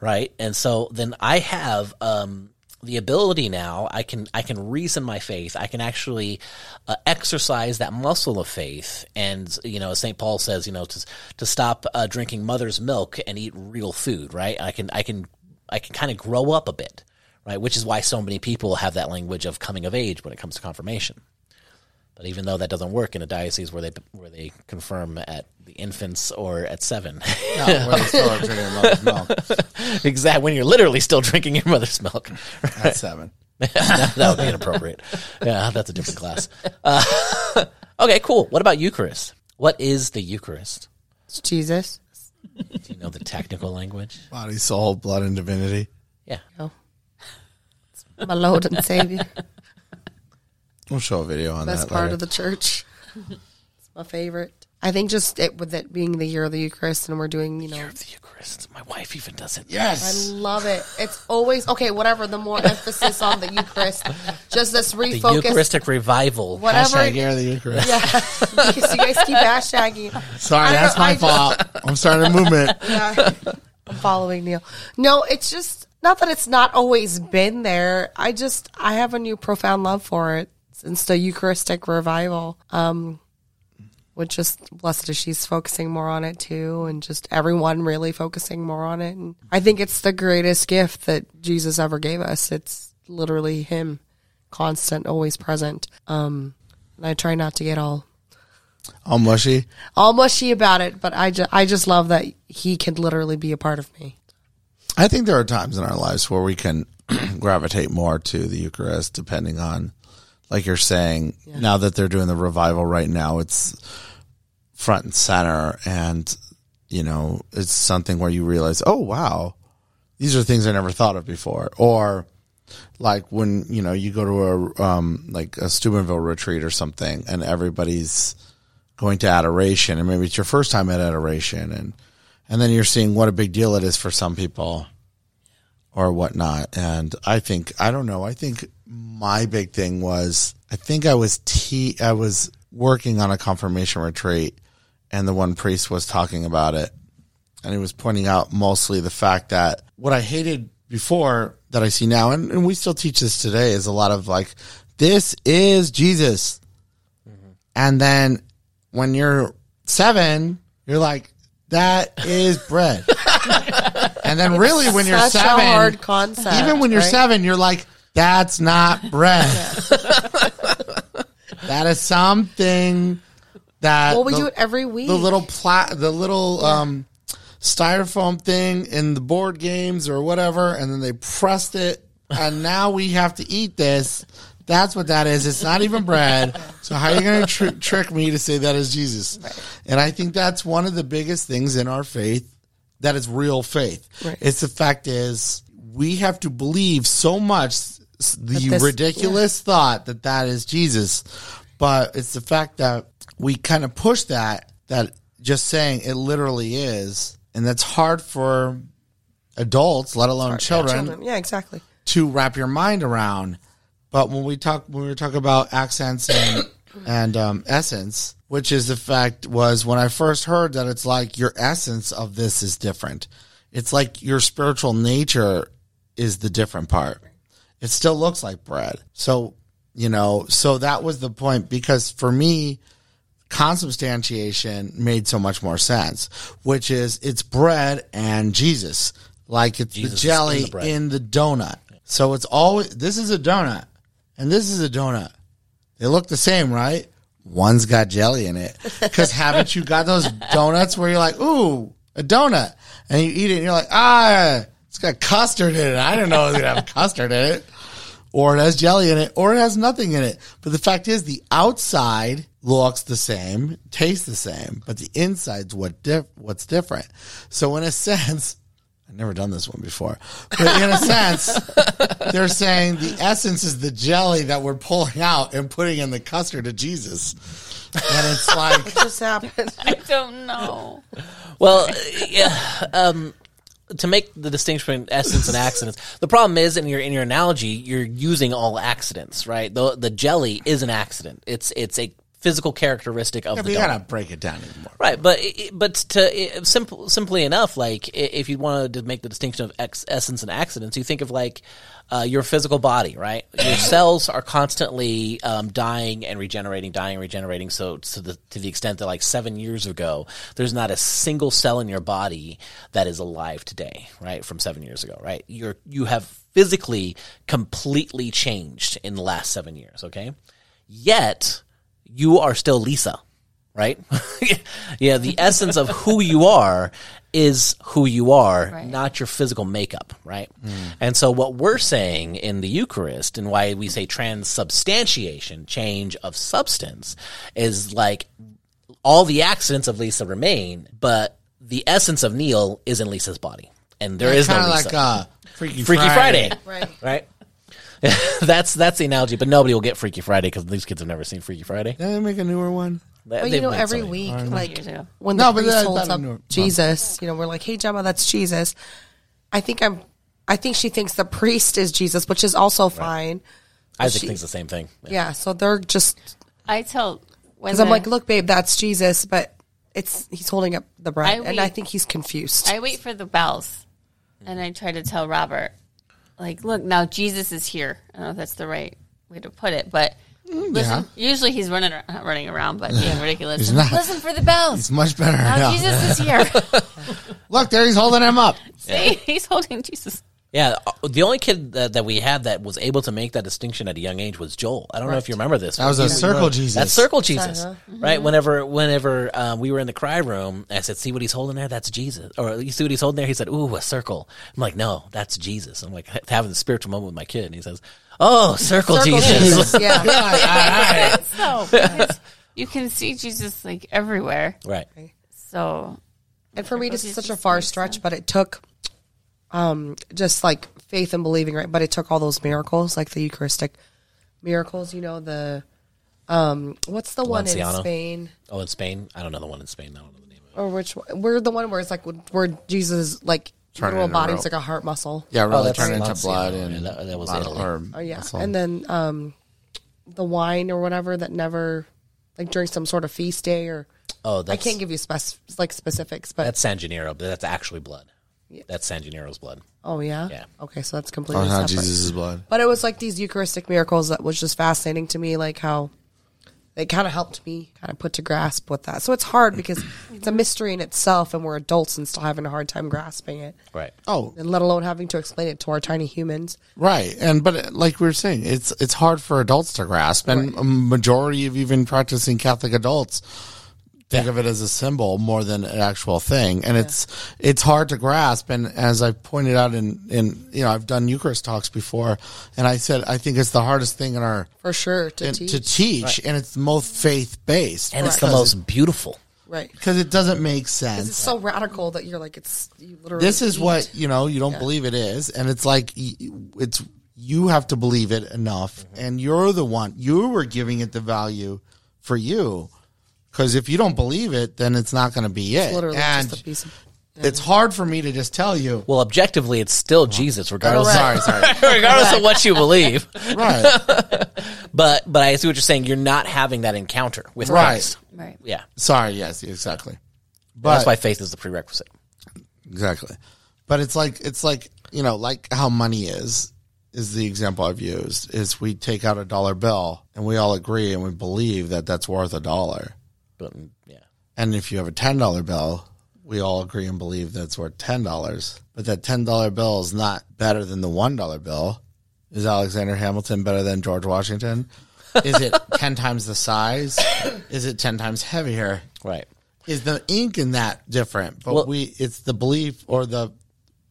A: right and so then i have um the ability now i can i can reason my faith i can actually uh, exercise that muscle of faith and you know as st paul says you know to to stop uh, drinking mother's milk and eat real food right i can i can i can kind of grow up a bit right which is why so many people have that language of coming of age when it comes to confirmation but even though that doesn't work in a diocese where they where they confirm at the infants or at seven,
B: no, we're still drinking mother's milk
A: exact when you're literally still drinking your mother's milk,
B: at seven
A: that would be inappropriate. Yeah, that's a different class. Uh, okay, cool. What about Eucharist? What is the Eucharist?
D: It's Jesus.
A: Do you know the technical language?
B: body soul blood and divinity
A: Yeah,
D: Oh. It's my Lord and Savior.
B: we'll show a video on
D: Best
B: that
D: part
B: later.
D: of the church. it's my favorite. I think just it, with it being the year of the Eucharist and we're doing, you know,
A: the Eucharist. My wife even does it.
D: I
B: yes
D: love it. It's always okay. Whatever. The more emphasis on the Eucharist, just this
A: The
D: refocus.
A: Eucharistic revival.
D: whatever.
B: Hashtag year of the Eucharist.
D: Yeah. so you guys keep hashtagging.
B: Sorry,
D: I don't
B: that's
D: know, I
B: my
D: just-
B: fault. I'm starting a movement.
D: Yeah. I'm following Neil. No, it's just not that it's not always been there. I just I have a new profound love for it since the Eucharistic revival. Um with just blessed as she's focusing more on it too, and just everyone really focusing more on it. And I think it's the greatest gift that Jesus ever gave us. It's literally Him, constant, always present. Um, and I try not to get all
B: All mushy.
D: all mushy about it, but I, ju- I just love that he can literally be a part of me.
B: I think there are times in our lives where we can gravitate more to the Eucharist, depending on, like you're saying, now that they're doing the revival right now, it's front and center. And, you know, it's something where you realize, oh, wow, these are things I never thought of before. Or, like when you know you go to a um like a Steubenville retreat or something, and everybody's going to adoration, and maybe it's your first time at adoration, and and then you're seeing what a big deal it is for some people or whatnot. And I think I don't know. I think my big thing was I think I was te- I was working on a confirmation retreat, and the one priest was talking about it, and he was pointing out mostly the fact that what I hated before that I see now, and, and we still teach this today, is a lot of like, this is Jesus.
D: Mm-hmm.
B: And then when you're seven, you're like, that is bread. and then really when you're
D: Such
B: seven,
D: a hard concept.
B: even when you're
D: right?
B: seven, you're like, that's not bread. that is something that
D: well, we
B: the-
D: do it every week.
B: the little pla- the little um, styrofoam thing in the board games or whatever, and then they pressed it, and now we have to eat this. That's what that is. It's not even bread. So how are you going to tr- trick me to say that is Jesus? And I think that's one of the biggest things in our faith that is real faith.
D: Right.
B: It's the fact is we have to believe so much s- the
D: this-
B: ridiculous thought that that is Jesus, but it's the fact that we kind of push that that just saying it literally is, and that's hard for adults, let alone children,
D: Children. Yeah, exactly.
B: to wrap your mind around. But when we talk, when we talk about accents and and um, essence, which is the fact was when I first heard that it's like your essence of this is different. It's like your spiritual nature is the different part. It still looks like bread. So you know, so that was the point because for me, consubstantiation made so much more sense, which is it's bread and Jesus, like it's
A: Jesus
B: the
A: is
B: jelly
A: in the bread.
B: in the donut. So it's always this is a donut and this is a donut. They look the same, right? One's got jelly in it. Because haven't you got those donuts where you're like, ooh, a donut? And you eat it and you're like, ah, it's got custard in it. I didn't know it was going to have custard in it. Or it has jelly in it, or it has nothing in it. But the fact is, the outside looks the same, tastes the same, but the inside's what diff- what's different. So, in a sense, I've never done this one before, but in a sense, they're saying the essence is the jelly that we're pulling out and putting in the custard of Jesus. And it's like,
D: Just happened.
E: I don't know.
A: Well, uh, yeah. Um, to make the distinction between essence and accidents, the problem is in your in your analogy, you're using all accidents, right? The the jelly is an accident. It's it's a physical characteristic of
B: yeah,
A: the
B: but you
A: donut.
B: gotta break it down anymore.
A: Right, but i- i- but to i- simple, simply enough, like i- if you wanted to make the distinction of ex- essence and accidents, you think of like uh, your physical body, right? Your cells are constantly um, dying and regenerating, dying and regenerating. So to the to the extent that like seven years ago, there's not a single cell in your body that is alive today, right? From seven years ago, right? You're you have physically completely changed in the last seven years. Okay, yet you are still Lisa right? yeah, the essence of who you are is who you are,
E: Right.
A: not your physical makeup, right?
B: Hmm.
A: And so, what we're saying in the Eucharist and why we say transubstantiation, change of substance, is like all the accidents of Lisa remain, but the essence of Neil is in Lisa's body. And there is
B: Kind
A: no
B: of
A: Lisa.
B: like uh, Freaky,
A: Freaky Friday,
D: Right.
A: right? that's that's the analogy, but nobody will get Freaky Friday because these kids have never seen Freaky Friday.
B: Can I make a newer one?
A: They-
D: But you
A: they've
D: know,
A: made so
D: every
A: many.
D: week, like
E: Years ago.
D: when
B: No,
D: the
B: but
D: priest
B: that-
D: holds
B: that I
D: up
B: knew.
D: Jesus, you know, we're like, "Hey, Gemma, that's Jesus." I think I'm. I think she thinks the priest is Jesus, which is also fine.
A: Isaac
D: she-
A: thinks the same thing.
D: Yeah, so they're just
E: I tell when
D: because I'm
E: the-
D: like, "Look, babe, that's Jesus," but it's he's holding up the bread,
E: I
D: and I
E: wait-
D: think he's confused.
E: I wait for the bells, and I try to tell Robert, like, look, now Jesus is here. I don't know if that's the right way to put it, but listen. Usually he's running, ar- not running around, but being ridiculous.
B: He's not.
E: Listen for the bells.
B: It's much better
E: Now
B: now.
E: Jesus is here.
B: Look, there he's holding him up.
E: See, he's holding Jesus.
A: Yeah, uh, the only kid that, that we had that was able to make that distinction at a young age was Joel. I don't know if you remember this.
B: That was a circle Jesus.
A: That's circle Jesus,
D: uh-huh.
A: right?
D: Mm-hmm.
A: Whenever, whenever um, we were in the cry room, I said, "See what he's holding there? That's Jesus." Or you see what he's holding there? He said, "Ooh, a circle." I'm like, "No, that's Jesus." I'm like having a spiritual moment with my kid, and he says, "Oh, circle,
D: Circle
A: Jesus."
D: Jesus, yeah,
E: So because you can see Jesus like everywhere.
A: right?
E: So
D: and for me, this is
E: Jesus
D: such a far
E: makes
D: stretch, but it took, um, just like faith and believing, right? But it took all those miracles, like the Eucharistic miracles. You know the, um, what's the one in
A: Valenciano.
D: Spain?
A: Oh, in Spain, I don't know the one in Spain. I don't know the name. Of it.
D: or which one- we're the one where it's like where Jesus like
B: Turning
D: literal
B: into
D: body
B: rope.
D: was like a heart muscle.
B: Yeah, really
A: that's
B: turning into
A: Lazio.
B: blood and
A: Yeah, that- that was
B: bottle
A: Italy.
B: herb.
D: Oh yeah,
B: That's all.
D: and then um, the wine or whatever that never like during some sort of feast day or
A: Oh, that's
D: I can't give you spec- like specifics, but
A: that's San Gennaro, but that's actually blood. That's San Gennaro's blood.
D: oh yeah,
A: Yeah.
D: okay, so that's
B: on
D: completely
B: Oh, how
D: separate.
B: Jesus' blood.
D: But it was like these Eucharistic miracles that was just fascinating to me, like how they kind of helped me kind of put to grasp with that. So it's hard because it's a mystery in itself, and we're adults and still having a hard time grasping it.
A: Right.
B: Oh,
D: and let alone having to explain it to our tiny humans.
B: Right, and but uh, like we were saying, it's it's hard for adults to grasp, and a majority of even practicing Catholic adults think of it as a symbol more than an actual thing, and it's it's hard to grasp. And as I pointed out in in you know I've done Eucharist talks before, and I said I think it's the hardest thing in our
D: For sure, to
B: in-
D: teach.
B: to teach, and it's the most faith based,
A: And it's the most beautiful.
D: right.
B: because it doesn't make sense.
D: It's so radical that you're like, it's, you literally.
B: this is
D: eat.
B: what you know you don't believe it is and it's like y- it's you have to believe it enough
D: Mm-hmm.
B: and you're the one you were giving it the value for you because if you don't believe it then it's not going to be it
D: literally
B: and
D: just a piece of.
B: it's hard for me to just tell you Oh,
A: Well, objectively, it's still Jesus, regardless.
B: sorry sorry
A: regardless of what you believe.
B: right
A: But but I see what you're saying. You're not having that encounter with
B: Right.
A: Christ.
E: right.
A: Yeah,
B: sorry yes exactly but
A: that's why faith is the prerequisite.
B: Exactly. But it's like it's like you know, like how money is is the example I've used. Is we take out a dollar bill and we all agree and we believe that that's worth a dollar.
A: Couldn't- mm, yeah.
B: And if you have a ten dollar bill, we all agree and believe that's worth ten dollars. But that ten dollar bill is not better than the one dollar bill. Is Alexander Hamilton better than George Washington? Is it ten times the size? Is it ten times heavier?
A: Right.
B: Is the ink in that different? But
A: Well-
B: we it's the belief or the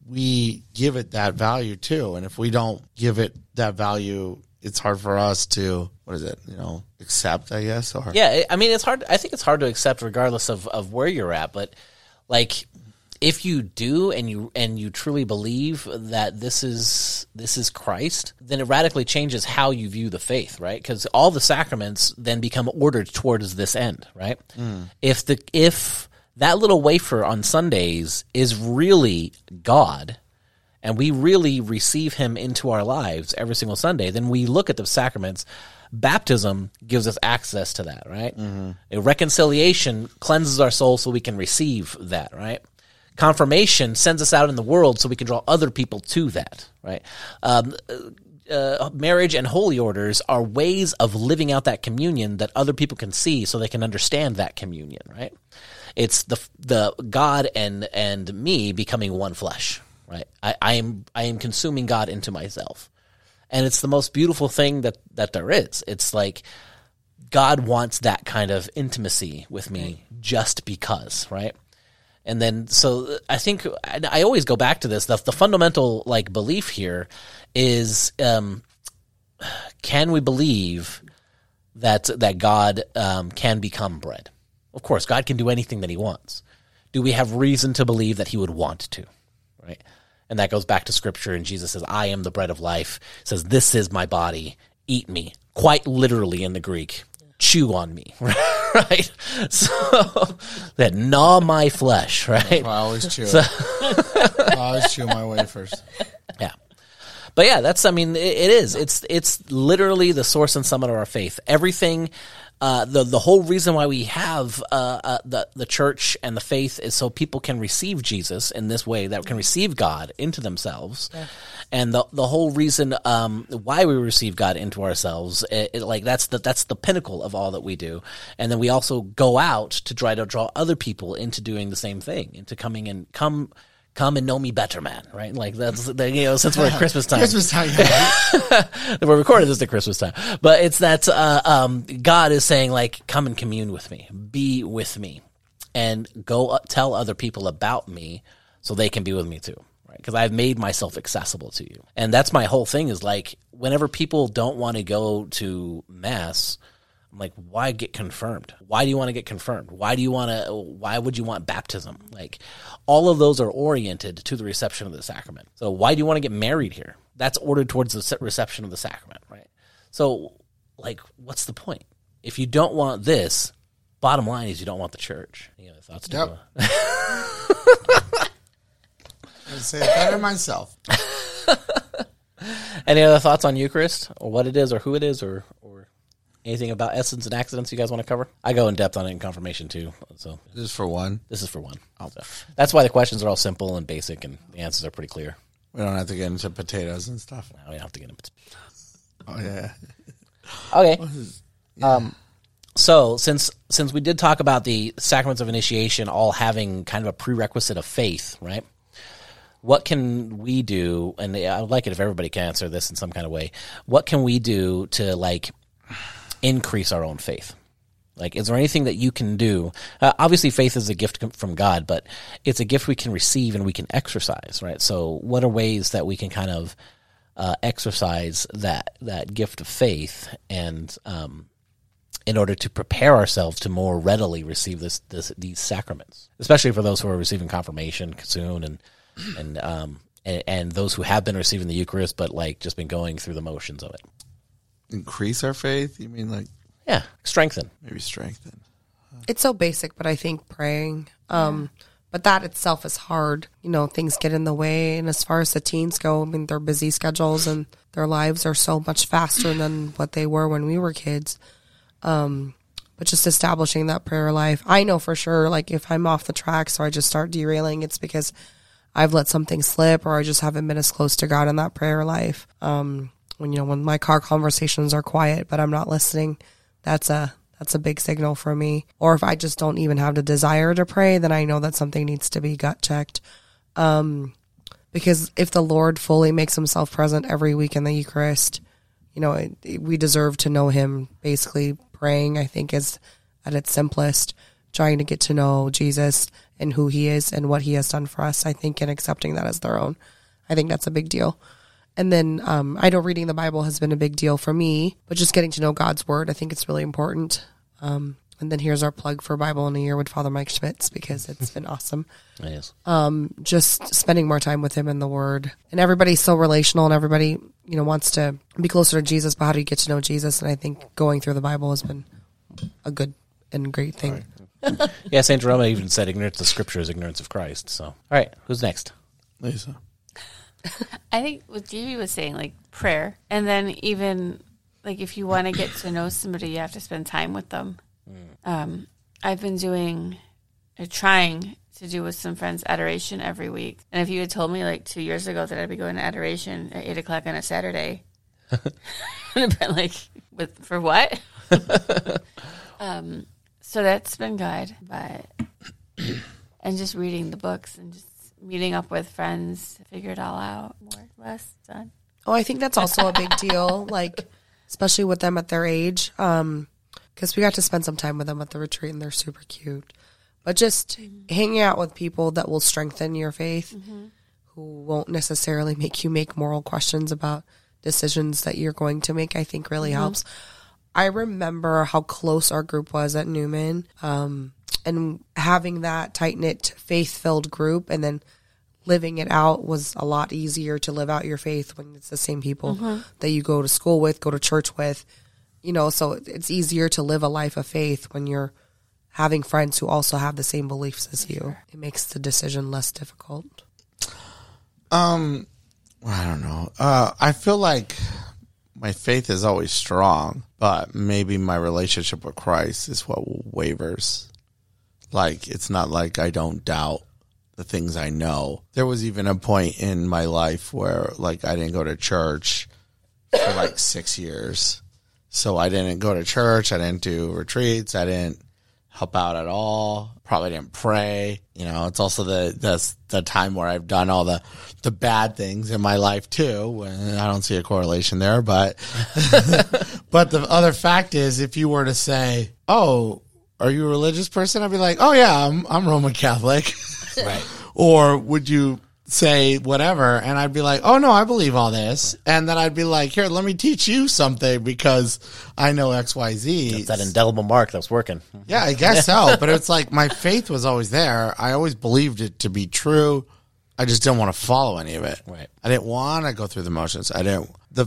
B: we give it that value too. And if we don't give it that value, it's hard for us to what is it, you know, accept, I guess, or
A: Yeah, I- I mean, it's hard. I think it's hard to accept, regardless of, of where you're at. But like, if you do and you and you truly believe that this is this is Christ, then it radically changes how you view the faith, right? Because all the sacraments then become ordered towards this end, right? If the if that little wafer on Sundays is really God, and we really receive him into our lives every single Sunday, then we look at the sacraments. Baptism gives us access to that, right? A reconciliation cleanses our soul so we can receive that, right? Confirmation sends us out in the world so we can draw other people to that, right? Um, uh, marriage and holy orders are ways of living out that communion that other people can see so they can understand that communion, right? It's the the God and and me becoming one flesh, right? I, I am I am consuming God into myself. And it's the most beautiful thing that that there is. It's like God wants that kind of intimacy with me just because, right? And then, so I think and I always go back to this. The, the fundamental like belief here is: um, can we believe that that God um, can become bread? Of course, God can do anything that He wants. Do we have reason to believe that He would want to? Right, and that goes back to Scripture. And Jesus says, "I am the bread of life." Says, "This is my body. Eat me." Quite literally in the Greek, chew on me. Right, so that gnaw my flesh. Right,
B: I always chew. I always chew my wafers.
A: Yeah. But yeah, that's I mean it, it is. It's it's literally the source and summit of our faith. Everything uh, the the whole reason why we have uh, uh, the the church and the faith is so people can receive Jesus in this way that can receive God into themselves, and the the whole reason um, why we receive God into ourselves, it, it, like that's the that's the pinnacle of all that we do, and then we also go out to try to draw other people into doing the same thing, into coming and come come and know me better, man. Right? Like that's the, you know since we're at Christmas time,
B: Christmas time. yeah.
A: we're recording this at Christmas time, but it's that uh, um, God is saying like, come and commune with me, be with me, and go up, tell other people about me so they can be with me too. Right? Because I've made myself accessible to you, and that's my whole thing. Is like whenever people don't want to go to mass. I'm like, why get confirmed? Why do you want to get confirmed? Why do you want to? Why would you want baptism? Like, all of those are oriented to the reception of the sacrament. So, why do you want to get married here? That's ordered towards the se- reception of the sacrament, right? So, like, what's the point? If you don't want this, bottom line is you don't want the church. Any other thoughts?
B: Yep.
A: Deborah?
B: I say it better myself.
A: Any other thoughts on Eucharist or what it is or who it is or or anything about essence and accidents you guys want to cover? I go in depth on it in confirmation too. So
B: Just for one.
A: This is for one. So that's why the questions are all simple and basic, and the answers are pretty clear.
B: We don't have to get into potatoes and stuff.
A: I don't have to get into
B: Oh yeah.
A: Okay. Um, so since since we did talk about the sacraments of initiation all having kind of a prerequisite of faith, right? What can we do? And I would like it if everybody can answer this in some kind of way. What can we do to like increase our own faith? Like, is there anything that you can do? Uh, obviously, faith is a gift com- from God, but it's a gift we can receive and we can exercise, right? So, what are ways that we can kind of uh, exercise that that gift of faith, and um, in order to prepare ourselves to more readily receive this, this these sacraments, especially for those who are receiving confirmation soon, and and um and, and those who have been receiving the Eucharist, but like just been going through the motions of it.
B: Increase our faith? You mean like
A: Yeah, strengthen.
B: maybe strengthen?
D: It's so basic, but I think praying. Um, But that itself is hard. You know, things get in the way. And as far as the teens go, I mean, their busy schedules and their lives are so much faster than what they were when we were kids. Um, but just establishing that prayer life. I know for sure, like, if I'm off the track, so I just start derailing, it's because I've let something slip or I just haven't been as close to God in that prayer life. Um, when, you know, when my car conversations are quiet, but I'm not listening, that's a that's a big signal for me. Or if I just don't even have the desire to pray, then I know that something needs to be gut checked. Um, because if the Lord fully makes himself present every week in the Eucharist, you know, it, it- we deserve to know him. Basically, praying, I think, is at its simplest trying to get to know Jesus and who he is and what he has done for us, I think, and accepting that as their own. I think that's a big deal. And then um, I know reading the Bible has been a big deal for me, but just getting to know God's word, I think it's really important. Um, and then here's our plug for Bible in a Year with Father Mike Schmitz because it's been awesome
A: Yes.
D: just spending more time with him in the word and everybody's so relational and everybody you know wants to be closer to jesus but how do you get to know jesus and i think going through the bible has been a good and great thing
A: Yeah, St. Jerome even said ignorance of scripture is ignorance of Christ. So, all right, who's next?
B: Lisa.
E: I think what Judy was saying, like prayer, and then even like if you want to get to know somebody, you have to spend time with them. Um, I've been doing, or trying to do with some friends adoration every week. And if you had told me like two years ago that I'd be going to adoration at eight o'clock on a Saturday, I'd have been like, with, for what? um, so that's been good, but and just reading the books and just meeting up with friends to figure it all out more or less done
D: Oh, I think that's also a big deal, like especially with them at their age. Um, because we got to spend some time with them at the retreat, and they're super cute. But just hanging out with people that will strengthen your faith, who won't necessarily make you make moral questions about decisions that you're going to make, I think really helps. I remember how close our group was at Newman, um, and having that tight knit, faith filled group, and then living it out was a lot easier to live out your faith when it's the same people that you go to school with, go to church with. You know, so it- it's easier to live a life of faith when you're having friends who also have the same beliefs as you. It makes the decision less difficult.
B: I don't know. Uh, I feel like my faith is always strong, but maybe my relationship with Christ is what wavers. Like, it's not like I don't doubt the things I know. There was even a point in my life where, like, I didn't go to church for like six years. So I didn't go to church. I didn't do retreats. I didn't help out at all. Probably didn't pray. You know, it's also the that's the time where I've done all the the bad things in my life too. When I don't see a correlation there, but but the other fact is, if you were to say, "Oh, are you a religious person?" I'd be like, "Oh yeah, I'm I'm Roman Catholic."
A: Right.
B: or would you say whatever and i'd be like oh no i believe all this and then i'd be like here let me teach you something because i know xyz
A: It's that indelible mark that's working.
B: yeah i guess so but it's like my faith was always there i always believed it to be true i just didn't want to follow any of it
A: Right.
B: i didn't want to go through the motions i didn't the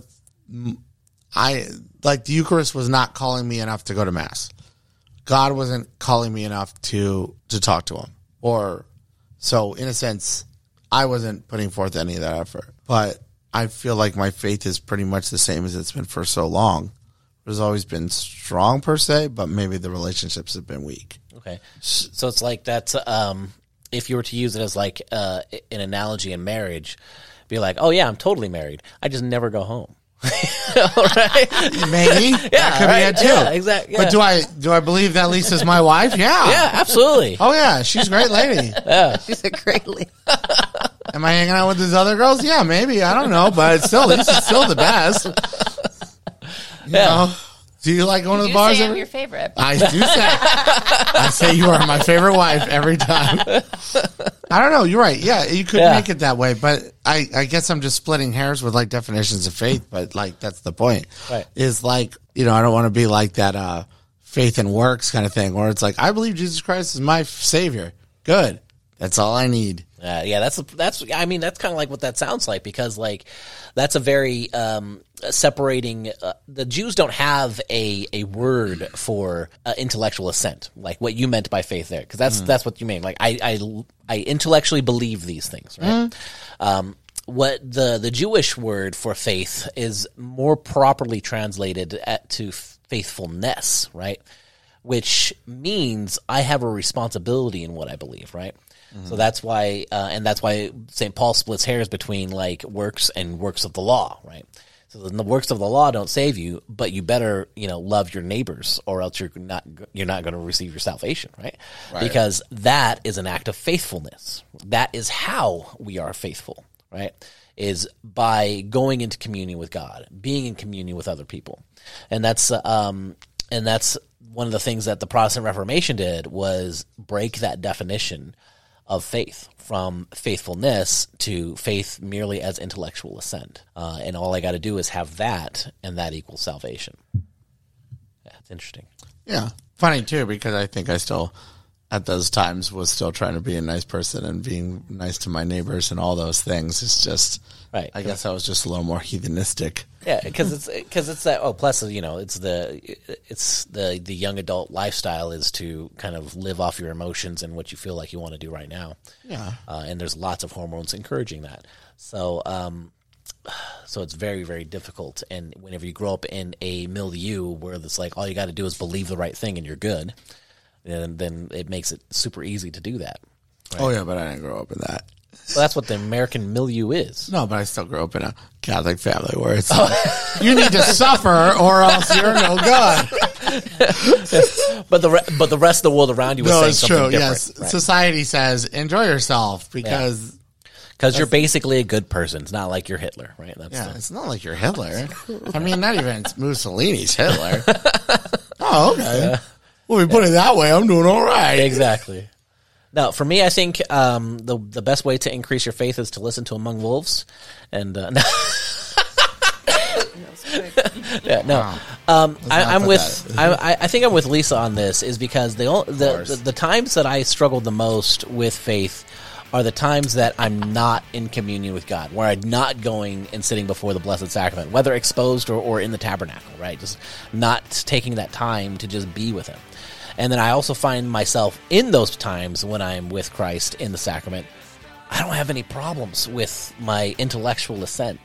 B: i like the eucharist was not calling me enough to go to mass God wasn't calling me enough to to talk to him. Or so in a sense, I wasn't putting forth any of that effort. But I feel like my faith is pretty much the same as it's been for so long. There's always been strong per se, but maybe the relationships have been weak.
A: Okay. So it's like that's um, if you were to use it as like uh, an analogy in marriage, be like, oh yeah, I'm totally married. I just never go home. All right.
B: Maybe that could
A: right.
B: be it too.
A: Yeah, exact- yeah.
B: But do I do I believe that Lisa's my wife? Yeah.
A: Yeah, absolutely.
B: Oh yeah, she's a great lady.
D: She's a great lady.
B: Am I hanging out with these other girls? Yeah, maybe. I don't know, but it's still Lisa's still the best. You know? Do you like going to
E: you
B: the bars?
E: say i'm
B: every-
E: your favorite
B: I do say. I say you are my favorite wife every time. I don't know. You're right. Yeah, you could
A: Yeah.
B: make it that way, but I, I guess I'm just splitting hairs with like definitions of faith. But like that's the point.
A: Right.
B: Is like you know I don't want to be like that uh, faith and works kind of thing where it's like I believe Jesus Christ is my savior. Good. That's all I need.
A: Uh, yeah, that's that's. I mean, that's kind of like what that sounds like because like that's a very um, separating. Uh, the Jews don't have a a word for uh, intellectual assent, like what you meant by faith there, because that's that's what you mean. Like I I I intellectually believe these things, right? Um, what the the Jewish word for faith is more properly translated at, to faithfulness, right? which means I have a responsibility in what I believe, right? So that's why, uh, and that's why St. Paul splits hairs between like works and works of the law, right? So the works of the law don't save you, but you better you know love your neighbors, or else you're not you're not going to receive your salvation, right? Because that is an act of faithfulness. That is how we are faithful, right? Is by going into communion with God, being in communion with other people, and that's um, and that's one of the things that the Protestant Reformation did was break that definition of faith from faithfulness to faith merely as intellectual assent. Uh, and all I got to do is have that, and that equals salvation. That's interesting.
B: Yeah. Funny too, because I think I still, at those times, was still trying to be a nice person and being nice to my neighbors and all those things. It's just,
A: Right.
B: I guess I was just a little more heathenistic.
A: Yeah,
B: Hmm.
A: because it's because it's that. Oh, plus you know, it's the it's the the young adult lifestyle is to kind of live off your emotions and what you feel like you want to do right now.
B: Yeah.
A: uh, and there's lots of hormones encouraging that. So, um, so it's very very difficult. And whenever you grow up in a milieu where it's like all you got to do is believe the right thing and you're good, then then it makes it super easy to do that.
B: Oh yeah, but I didn't grow up in that.
A: Well, that's what the American milieu is.
B: No, but I still grew up in a Catholic family where it's
A: Oh.
B: like, you need to suffer or else you're no good.
A: But the re- but the rest of the world around you is
B: No,
A: saying
B: it's
A: something
B: true.
A: different.
B: Yes, society says enjoy yourself because
A: Because you're basically a good person. It's not like you're Hitler, right? That's
B: yeah,
A: the,
B: it's not like you're Hitler. I mean, not even Mussolini's Hitler. oh, okay. Well, we put it that way. I'm doing all right.
A: exactly. Now, for me, I think um, the the best way to increase your faith is to listen to Among Wolves, and uh, no, yeah, no. Um, I,
B: not
A: I'm
B: put
A: with I, I- I think I'm with Lisa on this is because the, ol- the,
B: course.
A: the the times that I struggled the most with faith are the times that I'm not in communion with God, where I'm not going and sitting before the Blessed Sacrament, whether exposed or, or in the tabernacle, right? Just not taking that time to just be with Him. And then I also find myself in those times when I'm with Christ in the sacrament, I don't have any problems with my intellectual ascent,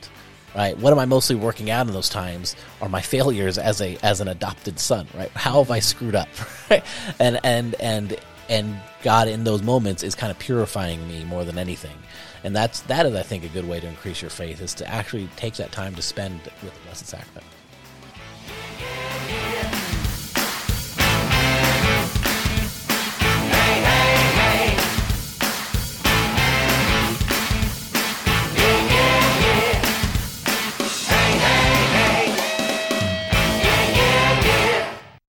A: right? What am I mostly working out in those times are my failures as a as an adopted son, right? How have I screwed up, right? And and and and God in those moments is kind of purifying me more than anything, and that's that is I think a good way to increase your faith is to actually take that time to spend with the Blessed Sacrament.